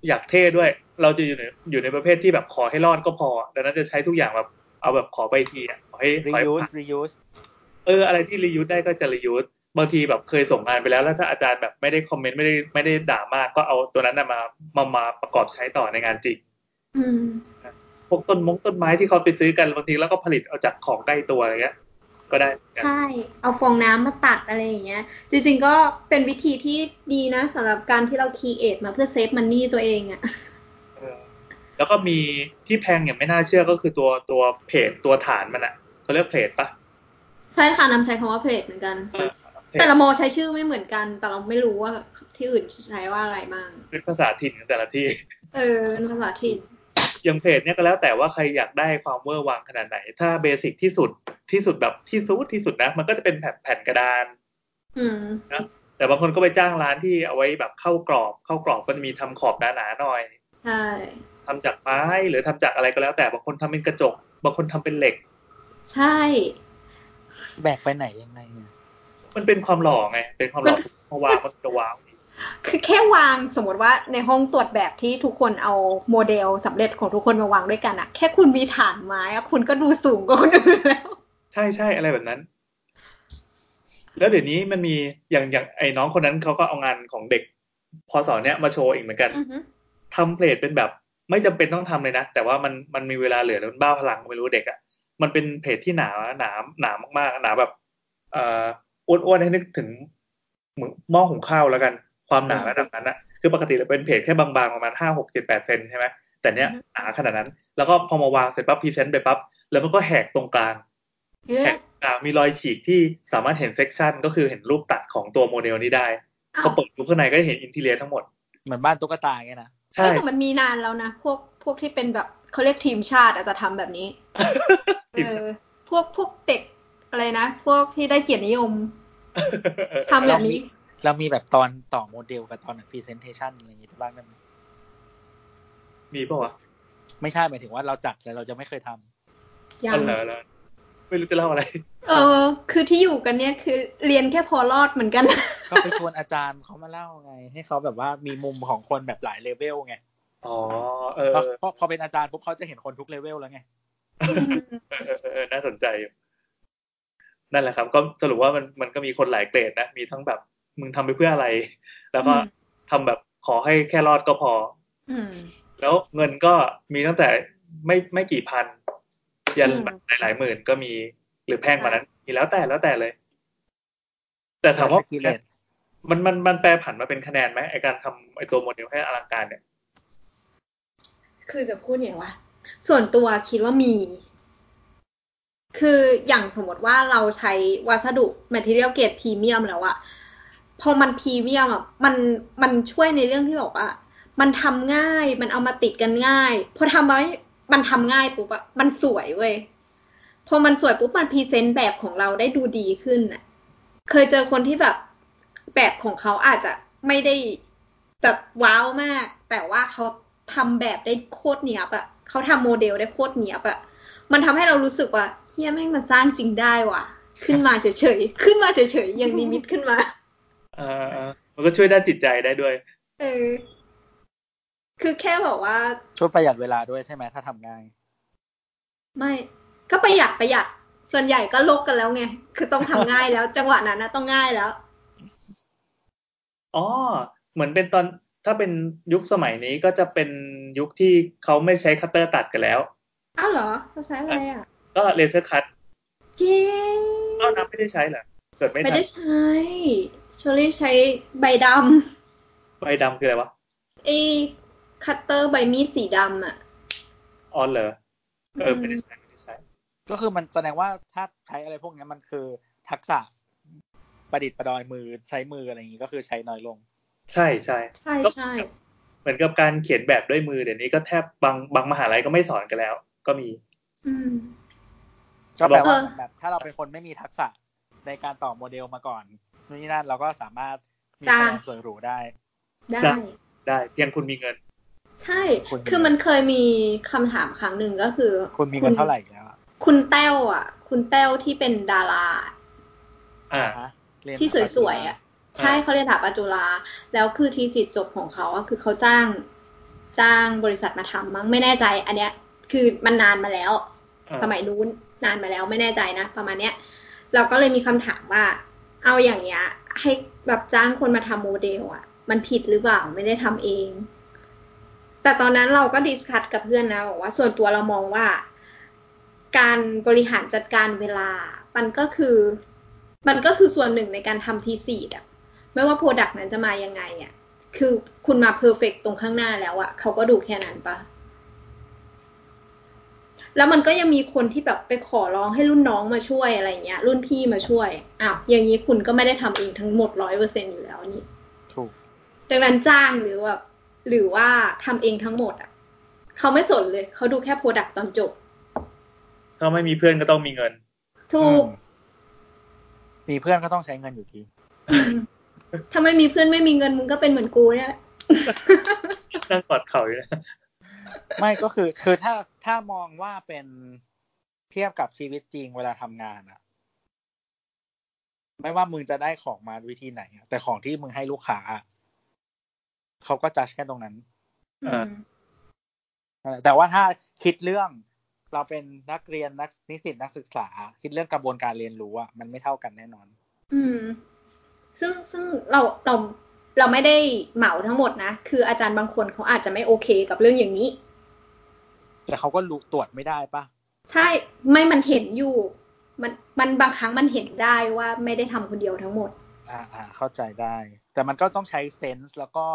S3: อยากเท่ด้วย เราจะอยู่ในอยู่ในประเภทที่แบบขอให้รอดก็พอ ดังนั้นจะใช้ทุกอย่างแบบเอาแบบขอไปทีอ่ะขอให้ขอให้ผ่าน
S2: reuse reuse
S3: เอออะไรที่รียูสได้ก็จะรียูสบางทีแบบเคยส่งงานไปแล้ว แล้วถ้าอาจารย์แบบไม่ได้คอมเมนต์ไม่ได้ไม่ได้ด่ามากก็เอาตัวนั้นนะมามามาประกอบใช้ต่อในงานจริง
S1: อืม
S3: พวกต้นมงต้นไม้ที่เขาไปซื้อกันบางทีแล้วก็ผลิตเอาจากของใกล้ตัวอะไรเงี้ย ก็ได้เหมือนกัน
S1: ใช่ เอาฟองน้ำมาตัดอะไรอย่างเงี้ย จริง ๆ ก็เป็นวิธีที่ดีนะสำหรับการที่เราคีเอทมาเพื่อเซฟมันนี่ตัวเองอะ
S3: เออแล้วก็มีที่แพงอย่างไม่น่าเชื่อก็คือตัวตัวเพจตัวฐานมันอะเขาเรียกเพจปะ
S1: ใช่ค่ะนำใช้คำว่าเพลทเหมือนกัน
S3: เออเพจ
S1: แต่ละโมใช้ชื่อไม่เหมือนกัน แต่เราไม่รู้ว่าที่อื่นใช้ว่าอะไรบ้าง
S3: เป็นภาษาถิ่นของแต่ละที่
S1: เออเป็นภาษาถิ่น
S3: อย่างเพจเนี่ยก็แล้วแต่ว่าใครอยากได้ความเวอร์วังขนาดไหน ถ้าเบสิกที่สุดที่สุดแบบที่สุดที่สุดนะ มันก็จะเป็นแผ่นแผ่นกระดาน
S1: อืม
S3: แต่บางคนก็ไปจ้างร้านที่เอาไว้แบบเข้ากรอบ เข้ากรอบก็จะมีทำขอบหนาๆหน่อย
S1: ใช่
S3: ทำ ทำจากไม้หรือทำจากอะไรก็แล้ว แต่บางคนทำเป็นกระจก บางคนทำเป็นเหล็ก
S1: ใช่
S2: แบกไปไหนยังไงอะ
S3: มันเป็นความหล่อไง เป็นความหล่อมาวางมันจะว้าว
S1: คือแค่วางสมมติว่าในห้องตรวจแบบที่ทุกคนเอาโมเดลสำเร็จของทุกคนมาวางด้วยกันอะแค่คุณมีฐานไม้อะคุณก็ดูสูงกว่าคนอื่นแล้ว
S3: ใช่ใช่อะไรแบบนั้น แล้วเดี๋ยวนี้มันมีอย่างอย่างไอ้น้องคนนั้นเขาก็เอางานของเด็กพอสอนเนี้ยมาโชว์อีกเหมือนกัน
S1: อือฮึ
S3: ทำเพลทเป็นแบบไม่จำเป็นต้องทำเลยนะ แต่ว่ามันมันมีเวลาเหลือแล้วมันบ้าพลังไม่รู้เด็กอะ่ะมันเป็นเพลทที่หนาหนาหนามากๆหนาแบบเอ่ออ้วนๆให้นึกถึงหม้อหม้อหุงข้าวแล้วกัน ความหนาระดับนั้นอะคือปกติเราเป็นเพจแค่บางๆประมาณห้าหกเจ็ดแปดเซนใช่ไหมแต่เนี้ยหนาขนาดนั้น แล้วก็พอมาวางเสร็จปั๊บพรีเซนต์ไปปั๊บแล้วมันก็แหกตรงกลาง
S1: เยอะ
S3: แหกตรงกลางมีรอยฉีกที่สามารถเห็นเซกชันก็คือเห็นรูปตัดของตัวโมเดลนี้ได้พอเปิดดูข้างในก็จะเห็นอินทีเรียทั้งหมด
S2: เหมือนบ้านตุ๊กตาไงนะ
S1: เอ้
S3: ใช่
S1: ยแต่มันมีนานแล้วนะ พวกพวกที่เป็นแบบเขาเรียกทีมชาติอาจจะทำแบบ นี้ เออพวกพวกเด็กอะไรนะ พวกที่ได้เกียรตินิยมทำแบบนี้
S2: เรามีแบบตอนต่อโมเดลกับตอนพรีเซนเทชันอะไรอย่างงี้บ้างได้ไหม
S3: มีปะวะ
S2: ไม่ใช่หมายถึงว่าเราจัดแต่เราจะไม่เคยทำ
S1: ยั
S3: อ๋
S1: ง
S3: อเหรอเหรอไม่รู้จะเล่าอะไร
S1: เออ คือที่อยู่กันเนี่ยคือเรียนแค่พอรอดเหมือนกัน
S2: ก็ไปชวนอาจารย์เขามาเล่าไง ให้เขาแบบว่ามีมุมของคนแบบหลายเลเวลไง
S3: อ๋อ เออ
S2: เพราะเพราะพอเป็นอาจารย์ปุ๊บเขาจะเห็นคนทุกเลเวลแล้วไง
S3: เออเออเออเออน่าสนใจอยู่นั่นแหละครับ ก็สรุปว่ามันมันก็มีคนหลายเกรดนะ มีทั้งแบบมึงทำไปเพื่ออะไร แล้วก็
S1: อืม
S3: ทำแบบขอให้แค่รอดก็พอ
S1: อืม
S3: แล้วเงินก็มีตั้งแต่ไม่ไม่กี่พัน ยัน
S1: อืม
S3: แบบหลายหลายหมื่นก็มี หรือแพงกว่านั้น มีแล้วแต่แล้วแต่เลย แต่ถามว่า
S2: กิเลส
S3: มันมันมันแปรผันมาเป็นคะแนนไหมไอการทำไอตัวโมเดลให้อลังการเนี่ย
S1: คือจะพูดยังไงวะ ส่วนตัวคิดว่ามี คืออย่างสมมติว่าเราใช้วัสดุ material grade พรีเมียมแล้วอะพอมันพรีเมียมอะมันมันช่วยในเรื่องที่บอกว่า มันทำง่าย มันเอามาติดกันง่าย พอทำไว้มันทำง่ายปุ๊บอะมันสวยเว้ย พอมันสวยปุ๊บมันพรีเซนต์แบบของเราได้ดูดีขึ้นอะเคยเจอคนที่แบบแบบของเขาอาจจะไม่ได้แบบว้าวมาก แต่ว่าเขาทำแบบได้โคตรเนียบอะเขาทำโมเดลได้โคตรเนียบอะมันทำให้เรารู้สึกว่าเฮียแม่งมันสร้างจริงได้ว่ะ ขึ้นมาเฉยๆ ขึ้นมาเฉยๆยังนิมิตขึ้นมา
S3: เออเออมันก็ช่วยด้านจิตใจได้ด้วย
S1: เออ คือแค่บอกว่า
S2: ช่วยประหยัดเวลาด้วยใช่ไหมถ้าทำง่าย
S1: ไม่ก็ประหยัดประหยัด ส่วนใหญ่ก็ลกกันแล้วไง คือต้องทำง่าย แล้ว จังหวะนั้นนะต้องง่ายแล้ว
S3: อ๋อ เหมือนเป็นตอนถ้าเป็นยุคสมัยนี้ก็จะเป็นยุคที่เขาไม่ใช้คัตเตอร์ตัดกันแล้ว
S1: อ้าวเหรอเราใช้อะไรอ่ะ
S3: ก็เลเซอร์คัต
S1: เย้
S3: เอ้าน้ำไม่ได้ใช้เหรอเกิดไม่
S1: ไม่
S3: ทัน
S1: ได้ใช้ชอรี่ใช้ใบด
S3: ใบดำคืออะไรวะ
S1: ำไอ้คัตเตอร์ใบมีดสีดำอ่ะ
S3: ออนเหรอเออไม่ได้ใช้ไม่ได้ใช้
S2: ก็คือมันแสดงว่าถ้าใช้อะไรพวกเนี้ยมันคือทักษะประดิษฐ์ประดอยมือใช้มืออะไรอย่างงี้ก็คือใช้น้อยลง
S3: ใช่ใช่
S1: ใช่ใช่
S3: เหมือนกับการเขียนแบบด้วยมือเดี๋ยวนี้ก็แทบบางบางมหาลัยก็ไม่สอนกันแล้ว ก็มี
S1: อืม
S2: ก็แปลว่า
S1: เออ
S2: แบบถ้าเราเป็นคนไม่มีทักษะในการต่อโมเดลมาก่อนนู่นนี่นั่นเราก็สามารถมีคะแนนสวยหรูได้
S1: ได้
S3: ได้ ได้เพียงคุณมีเงิน
S1: ใช่
S2: คุณ
S1: คือมันเคยมีคำถามครั้งหนึ่งก็คือ
S2: คุณมีเงินเท่าไหร่อยู่แล้วอะ
S1: คุณแต้วอ่ะ คุณแต้วที่เป็นดารา
S3: อ่า
S2: ฮะเรียน
S1: ที่สวยๆอ่ะ ใช่
S3: อ่า
S1: เขาเรียนสถาปัตย์จุฬาแล้วคือทีสิทธิ์จบของเขาอะคือเขาจ้างจ้างบริษัทมาทำมั้งไม่แน่ใจ อันเนี้ย คือมันนานมาแล้ว
S3: อ่า
S1: สมัยนู้นนานมาแล้วไม่แน่ใจนะ ประมาณเนี้ย เราก็เลยมีคำถามว่า เอาอย่างเงี้ย ให้แบบจ้างคนมาทำโมเดลอะมันผิดหรือเปล่าไม่ได้ทำเอง แต่ตอนนั้นเราก็ดิสคัตกับเพื่อนนะบอกว่าส่วนตัวเรามองว่า การบริหารจัดการเวลา มันก็คือ มันก็คือส่วนหนึ่งในการทำทีสีอะไม่ว่าโปรดักต์นั้นจะมายังไงอะคือคุณมาเพอร์เฟกตรงข้างหน้าแล้วอะเขาก็ดูแค่นั้นปะ แล้วมันก็ยังมีคนที่แบบไปขอร้องให้รุ่นน้องมาช่วยอะไรเงี้ย รุ่นพี่มาช่วยอ้าวอย่างนี้คุณก็ไม่ได้ทำเองทั้งหมดร้อยเปอร์เซ็นอยู่แล้วนี่
S2: ถูก
S1: ดังนั้นจ้างหรือแบบหรือว่าทำเองทั้งหมดอ่ะเขาไม่สนเลยเขาดูแค่โปรดักต์ตอนจบ
S3: ถ้าไม่มีเพื่อนก็ต้องมีเงิน
S1: ถูก
S2: อืมมีเพื่อนก็ต้องใช้เงินอยู่ดี
S1: ถ้าไม่มีเพื่อนไม่มีเงินมึงก็เป็นเหมือนกูเนี่ยแหละ
S3: นั่งกอดเข่าอยู่นะ
S2: ไม่ก็คือ คือถ้าถ้ามองว่าเป็นเทียบกับชีวิตจริงเวลาทำงานอะไม่ว่ามึงจะได้ของมาวิธีไหนอะแต่ของที่มึงให้ลูกค้าอะเขาก็จัดแค่ตรงนั้น
S1: อืม
S2: แต่ว่าถ้าคิดเรื่องเราเป็นนักเรียนนักนิสิตนักศึกษา คิดเรื่องกระบวนการเรียนรู้อะมันไม่เท่ากันแน่นอน
S1: อืม ซึ่งซึ่งเราเราเราไม่ได้เหมาทั้งหมดนะ คืออาจารย์บางคนเขาอาจจะไม่โอเคกับเรื่องอย่างนี้
S2: แต่เขาก็รู้ตรวจไม่ได้ปะ
S1: ใช่ไม่มันเห็นอยู่ มันมันบางครั้งมันเห็นได้ว่าไม่ได้ทำคนเดียวทั้งหมด
S2: อ่าอ่าเข้าใจได้ แต่มันก็ต้องใช้เซนส์แล้วก็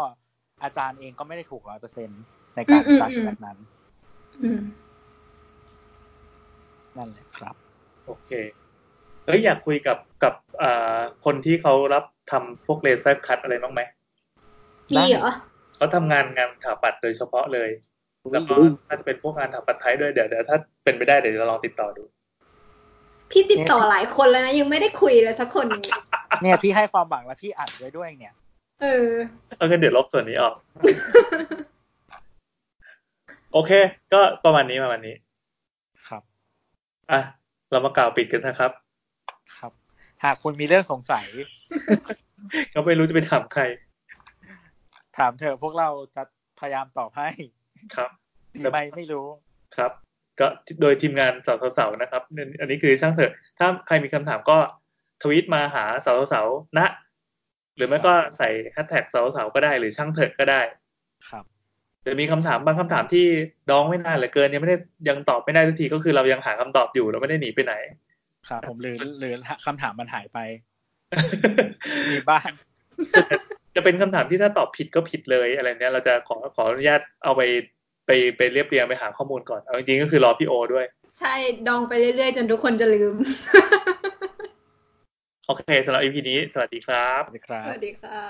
S2: อาจารย์เองก็ไม่ได้ถูกร้อยเปอร์เซ็นในการ
S1: อืมอืม
S2: จัด
S1: อืม
S2: แบบนั้น
S1: อืม
S2: นั่นแหละครับ
S3: โอเค เอ้ยอยากคุยกับกับอ่าคนที่เขารับทำพวกเลเซอร์คัตอะไรบ้างไหม
S1: มีเหรอ
S3: เขาทำงานงานถาปัดโดยเฉพาะเลย แล้วก็น่าจะเป็นพวกงานถาปัดไทยด้วยเดี๋ยวเดี๋ยวถ้าเป็นไปได้เดี๋ยวจะลองติดต่อดู
S1: พี่ติดต่อหลายคนแล้วนะ ยังไม่ได้คุยเลยสักค นหนึ่ง
S2: เนี่ยพี่ให้ความหวังแล้วพี่อัดไว้ด้วยเนี่ย
S1: เออ
S3: เอางั้นเดี๋ยวลบส่วนนี้ออก โอเค ก็ประมาณนี้ประมาณนี้
S2: ครับ
S3: อ่ะ เรามากล่าวปิดกันนะครับ
S2: ครับ หากคุณมีเรื่องสงสัย
S3: ก็ไม่รู้จะไปถามใคร
S2: ถามเถอะพวกเราจะพยายามตอบให้
S3: ครับ
S2: ดีไหมไม่รู้
S3: ครับ ก็โดยทีมงานสาวสาวๆนะครับเนี่ยอันนี้คือช่างเถอะ ถ้าใครมีคำถามก็ทวีตมาหาสาวสาวๆนะ หรือไม่ก็ใส่แฮชแท็กสาวสาวๆก็ได้หรือช่างเถอะก็ได้
S2: ครับ
S3: หรือมีคำถามบางคำถามที่ดองไม่นานเหลือเกินยังไม่ได้ยังตอบไม่ได้สักทีก็คือเรายังหาคำตอบอยู่เราไม่ได้หนีไปไหน
S2: ครับ ผมหรือหรือคำถามมันหายไป มีบ้าง
S3: จะเป็นคำถามที่ถ้าตอบผิดก็ผิดเลยอะไรเนี้ยเราจะขอขออนุญาตเอาไปไปไปเรียบเรียงไปหาข้อมูลก่อนเอาจริงๆก็คือรอพี่โอด้วย
S1: ใช่ดองไปเรื่อยๆ จนทุกคนจะลืม
S3: โอเคสำหรับ EP นี้สวัสดีครับ
S2: สวัสดีครั
S1: ส
S2: บ
S1: วัสดีค่ะ